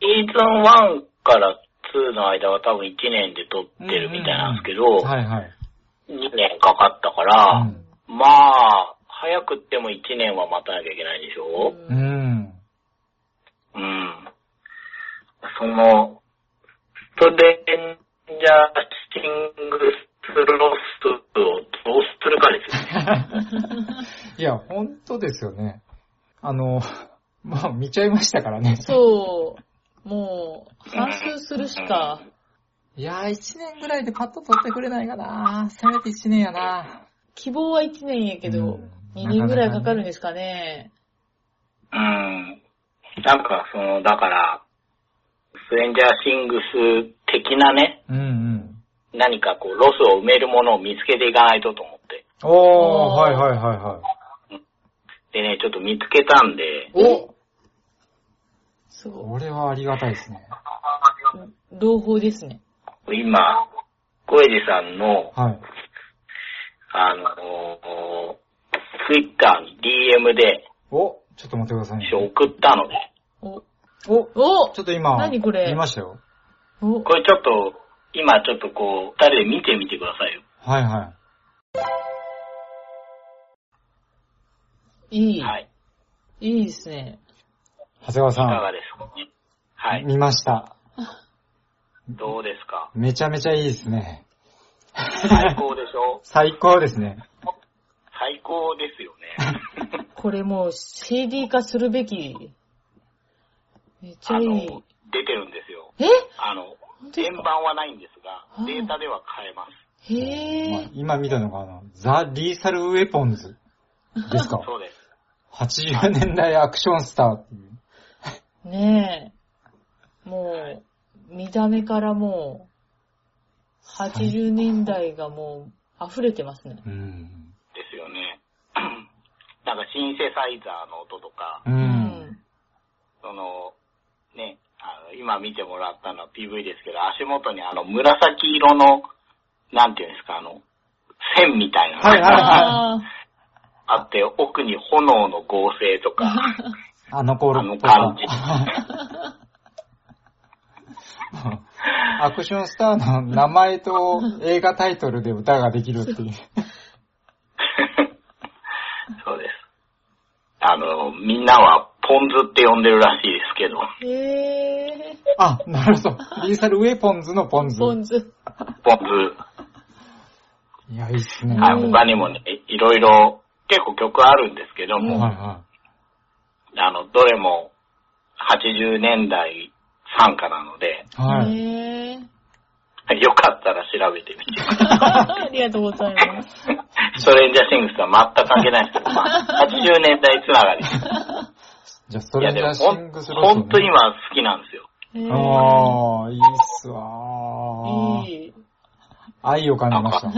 Speaker 3: シーズン1から2の間は多分1年で撮ってるみたいなんですけど、
Speaker 2: はいはい。
Speaker 3: 2年かかったから、
Speaker 2: うん
Speaker 3: まあ、早くっても1年は待たなきゃいけないでしょ
Speaker 4: う
Speaker 2: うん。
Speaker 3: うん。その、ストレンジャーシングスロスをどうするかですよね。
Speaker 2: いや、本当ですよね。あの、まあ、見ちゃいましたからね。
Speaker 4: そう。もう、反数するしか。
Speaker 2: いやー、1年ぐらいでパッと取ってくれないかなせめて1年やな
Speaker 4: 希望は1年やけ
Speaker 2: う
Speaker 4: ど
Speaker 2: ん、
Speaker 4: 2年ぐらいかかるんですかね。
Speaker 3: うん。なんか、その、だから、ストレンジャーシングス的なね、
Speaker 2: うんうん。
Speaker 3: 何かこう、ロスを埋めるものを見つけていかないとと思って。
Speaker 2: おー、は
Speaker 4: おー
Speaker 2: いはいはいはい。
Speaker 3: でね、ちょっと見つけたんで、
Speaker 2: お
Speaker 4: すご
Speaker 2: これはありがたいですね。
Speaker 4: い。朗報ですね。
Speaker 3: 今、小エジさんの、
Speaker 2: はい。
Speaker 3: あの、ツイッターに DM で、
Speaker 2: おちょっと待ってくださいね
Speaker 3: 一。応送ったので、
Speaker 4: お、
Speaker 2: お
Speaker 4: お
Speaker 2: ちょっと今、
Speaker 4: 何これ
Speaker 2: 見ましたよ。
Speaker 4: お
Speaker 3: これちょっと、今ちょっとこう、二人で見てみてくださいよ。
Speaker 2: はいはい
Speaker 4: いい。
Speaker 3: はい。
Speaker 4: いいですね。。
Speaker 2: 長谷川
Speaker 3: いか
Speaker 2: さ
Speaker 3: がですかね。は
Speaker 2: ん、
Speaker 3: い。
Speaker 2: 見ました。
Speaker 3: どうですか
Speaker 2: めちゃめちゃいいですね。
Speaker 3: 最高でしょ
Speaker 2: 最高ですね。
Speaker 3: 最高ですよね。
Speaker 4: これもう CD 化するべき。めっちゃ
Speaker 3: あ
Speaker 4: い
Speaker 3: の
Speaker 4: い。、
Speaker 3: 出てるんですよ。
Speaker 4: え
Speaker 3: あの、
Speaker 4: 本当です
Speaker 3: 円
Speaker 4: か
Speaker 3: 盤はないんですが
Speaker 4: は、い
Speaker 3: データでは買えます。
Speaker 4: へ
Speaker 2: まあ
Speaker 4: え。
Speaker 2: 今見たのが、あの、ザ・リーサル・ウェポンズです
Speaker 3: <laughs>
Speaker 2: か
Speaker 3: そうです。
Speaker 2: 80年代アクションスターっていう。
Speaker 4: ねえ。もう、見た目からもう、80年代がもう、溢れてますね。
Speaker 2: うん。
Speaker 3: ですよね。 <clears throat> なんかシンセサイザーの音とか、
Speaker 2: う。。
Speaker 4: うん
Speaker 3: その、ね、あの今見てもらったのは PV ですけど、足元にあの紫色の、なんていうんですか、あの、線みたいなの
Speaker 2: はいはい
Speaker 3: が
Speaker 4: あ
Speaker 3: あって、奥に炎の合成と
Speaker 2: <laughs>
Speaker 3: か、
Speaker 2: あの頃
Speaker 3: あの
Speaker 2: っぽさ
Speaker 3: 感
Speaker 2: <laughs> アクションスターの名前と映画タイトルで歌ができるって
Speaker 3: <laughs>
Speaker 2: いう。
Speaker 3: そうです。あの、みんなはポン酢って呼んでるらしいですけど、
Speaker 4: ーへえ。
Speaker 2: あ、なるほど。リーサル・ウェポンズのポンズ。
Speaker 4: ポン酢。
Speaker 3: ポン酢。
Speaker 2: いや、いいっすね。
Speaker 3: はい、
Speaker 4: うん
Speaker 3: 他にもね、いろいろ、結構曲あるんですけども、
Speaker 4: うん
Speaker 2: はいは
Speaker 3: あの、どれも80年代参加なので、 <laughs>
Speaker 2: い。はい。
Speaker 4: へえ。
Speaker 3: よかったら調べて
Speaker 2: <laughs>
Speaker 3: みてください。
Speaker 4: ありがとうございます。
Speaker 3: ストレンジャーシングスとは全く関係ないですけど、ま
Speaker 2: <laughs>
Speaker 3: あ、80年代つながり。
Speaker 2: じゃあ、スト
Speaker 3: い
Speaker 2: レ
Speaker 3: や、
Speaker 2: ン
Speaker 3: で
Speaker 2: ジャー
Speaker 3: もほ
Speaker 2: シ
Speaker 3: ん、
Speaker 2: ングスロス、ね。
Speaker 3: ほんと今好きなんですよ。
Speaker 4: へえ
Speaker 2: ああ、いいっすわー。
Speaker 4: いい。
Speaker 2: 愛を感じました。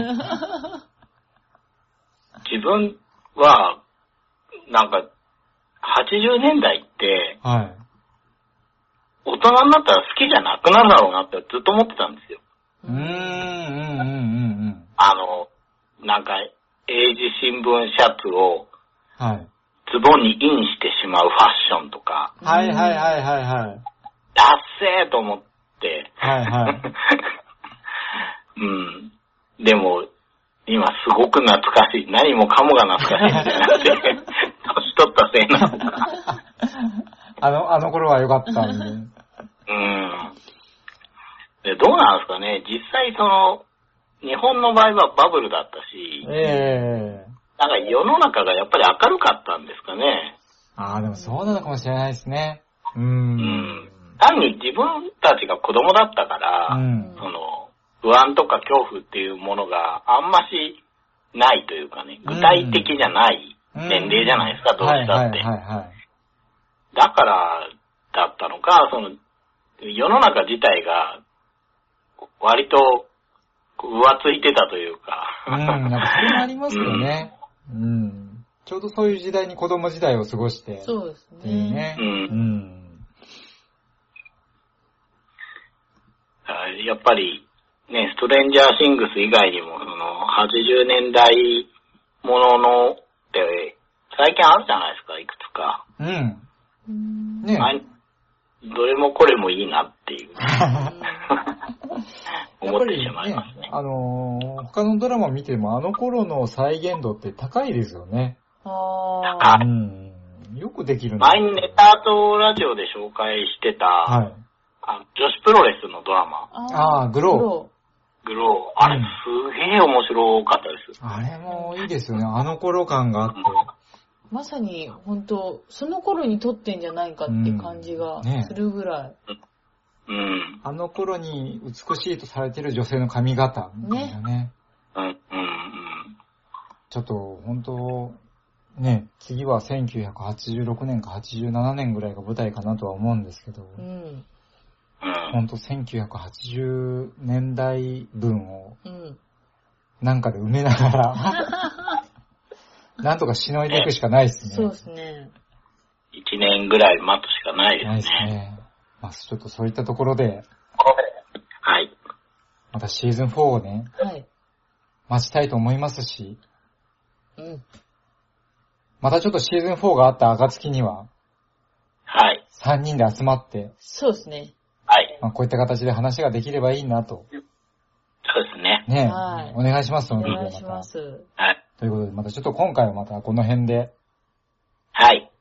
Speaker 3: 自分は、なんか、80年代って、
Speaker 2: はい。
Speaker 3: 大人になったら好きじゃなくなるだろうなってずっと思ってたんですよ。
Speaker 2: うーん、うん、うん、うん、うん。
Speaker 3: あの、なんか、英字新聞シャツを
Speaker 2: はい。
Speaker 3: ズボンにインしてしまうファッションとか、
Speaker 2: はい、はい、はい、はい、はい。
Speaker 3: ダッセーと思って、
Speaker 2: はい、はい。
Speaker 3: <laughs> うん。でも、今すごく懐かしい。何もかもが懐かしいみたいに
Speaker 2: <laughs>
Speaker 3: なって、年取ったせいなのかな。
Speaker 2: あの、あの頃は良かったんで。
Speaker 3: うん。で、どうなんですかね。実際その、日本の場合はバブルだったし、 <laughs>
Speaker 2: ええ
Speaker 3: なんか世の中がやっぱり明るかったんですかね。
Speaker 2: ああ、でもそうなのかもしれないですね。うー
Speaker 3: うんん。。単に自分たちが子供だったから、
Speaker 2: うん。
Speaker 3: その、不安とか恐怖っていうものがあんましないというかね、具体的じゃない年齢じゃないですか、どうしたっ
Speaker 2: はい、
Speaker 3: て。
Speaker 2: はい、はいはい。
Speaker 3: だからだったのか、その、世の中自体が割とこう浮ついてたというか。
Speaker 2: うん、なんかそれもありますよね。うん。ちょうどそういう時代に子供時代を過ごして、
Speaker 4: そうです
Speaker 2: っていう
Speaker 4: ね。
Speaker 2: ね。
Speaker 3: うん
Speaker 2: うん。
Speaker 3: はいやっぱり、ね、ストレンジャーシングス以外にも、その、80年代ものの、って、最近あるじゃないですか、いくつか。
Speaker 2: うん。
Speaker 4: うん
Speaker 2: ね
Speaker 3: あどれもこれもいいなっ
Speaker 2: <laughs>
Speaker 3: ていう、
Speaker 2: や
Speaker 3: 思
Speaker 2: っ
Speaker 3: っ
Speaker 2: ぱ
Speaker 3: て
Speaker 2: り
Speaker 3: し
Speaker 2: ね
Speaker 3: まいますね。
Speaker 2: あのー他のドラマ見てもあの頃の再現度って高いですよね。
Speaker 4: あ
Speaker 3: あ
Speaker 4: あ。
Speaker 2: うん。よくできるな
Speaker 3: 前にネタとラジオで紹介してた、
Speaker 2: はい。
Speaker 3: あの女子プロレスのドラマ、
Speaker 2: あーグロ
Speaker 3: グロー、あ
Speaker 2: う
Speaker 3: れ
Speaker 2: ん
Speaker 3: すげえ面白かったです。
Speaker 2: あれもいいですよね。あの頃感があって。
Speaker 4: ー。まさに、本当その頃に撮ってんじゃないかって感じがするぐらい。
Speaker 3: うん。
Speaker 2: あの頃に美しいとされてる女性の髪型みたいなね。
Speaker 3: うん、うん、うん。
Speaker 2: ちょっと本当、ね、次は1986年か87年ぐらいが舞台かなとは思うんですけど、
Speaker 4: うん。
Speaker 3: うん
Speaker 2: 本当1980年代分を
Speaker 4: うん。
Speaker 2: なんかで埋めなが <laughs> ら、なんとかしのいでいくしかないですね。
Speaker 4: そうですね。
Speaker 3: 一年ぐらい待つしかないで
Speaker 2: ないですす
Speaker 3: ね。
Speaker 2: ね。まあ、ちょっとそういったところで、
Speaker 3: はい。
Speaker 2: またシーズン4をね、
Speaker 4: はい。
Speaker 2: 待ちたいと思いますし、
Speaker 4: うん。
Speaker 2: またちょっとシーズン4があった暁には、
Speaker 3: はい。
Speaker 2: 3人で集まって、
Speaker 4: そうですね。
Speaker 3: はい。
Speaker 2: まあ、こういった形で話ができればいいなと、
Speaker 3: そうですね。
Speaker 2: ね、
Speaker 4: はい
Speaker 2: お願いします
Speaker 4: お
Speaker 2: ので、
Speaker 4: 願いし
Speaker 2: ま
Speaker 4: ま
Speaker 2: た。
Speaker 4: す。
Speaker 3: はい。
Speaker 2: ということで、またちょっと今回はまたこの辺で、
Speaker 3: はい。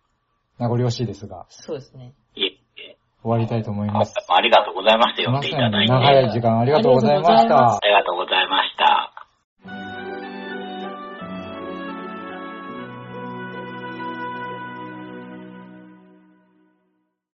Speaker 2: 名残惜しいですが、
Speaker 4: そうですね。
Speaker 3: いえいえ。
Speaker 2: 終わりたいと思い
Speaker 3: 今
Speaker 2: ます
Speaker 3: 回。もありがとうございました。
Speaker 2: すい
Speaker 3: 呼ん
Speaker 2: ま
Speaker 3: で
Speaker 2: せ
Speaker 3: い
Speaker 2: ん
Speaker 3: ただいて。
Speaker 2: 長い時間ありがとうございまし
Speaker 4: ありがとうございま
Speaker 2: た
Speaker 4: す
Speaker 3: あ。りがとうござい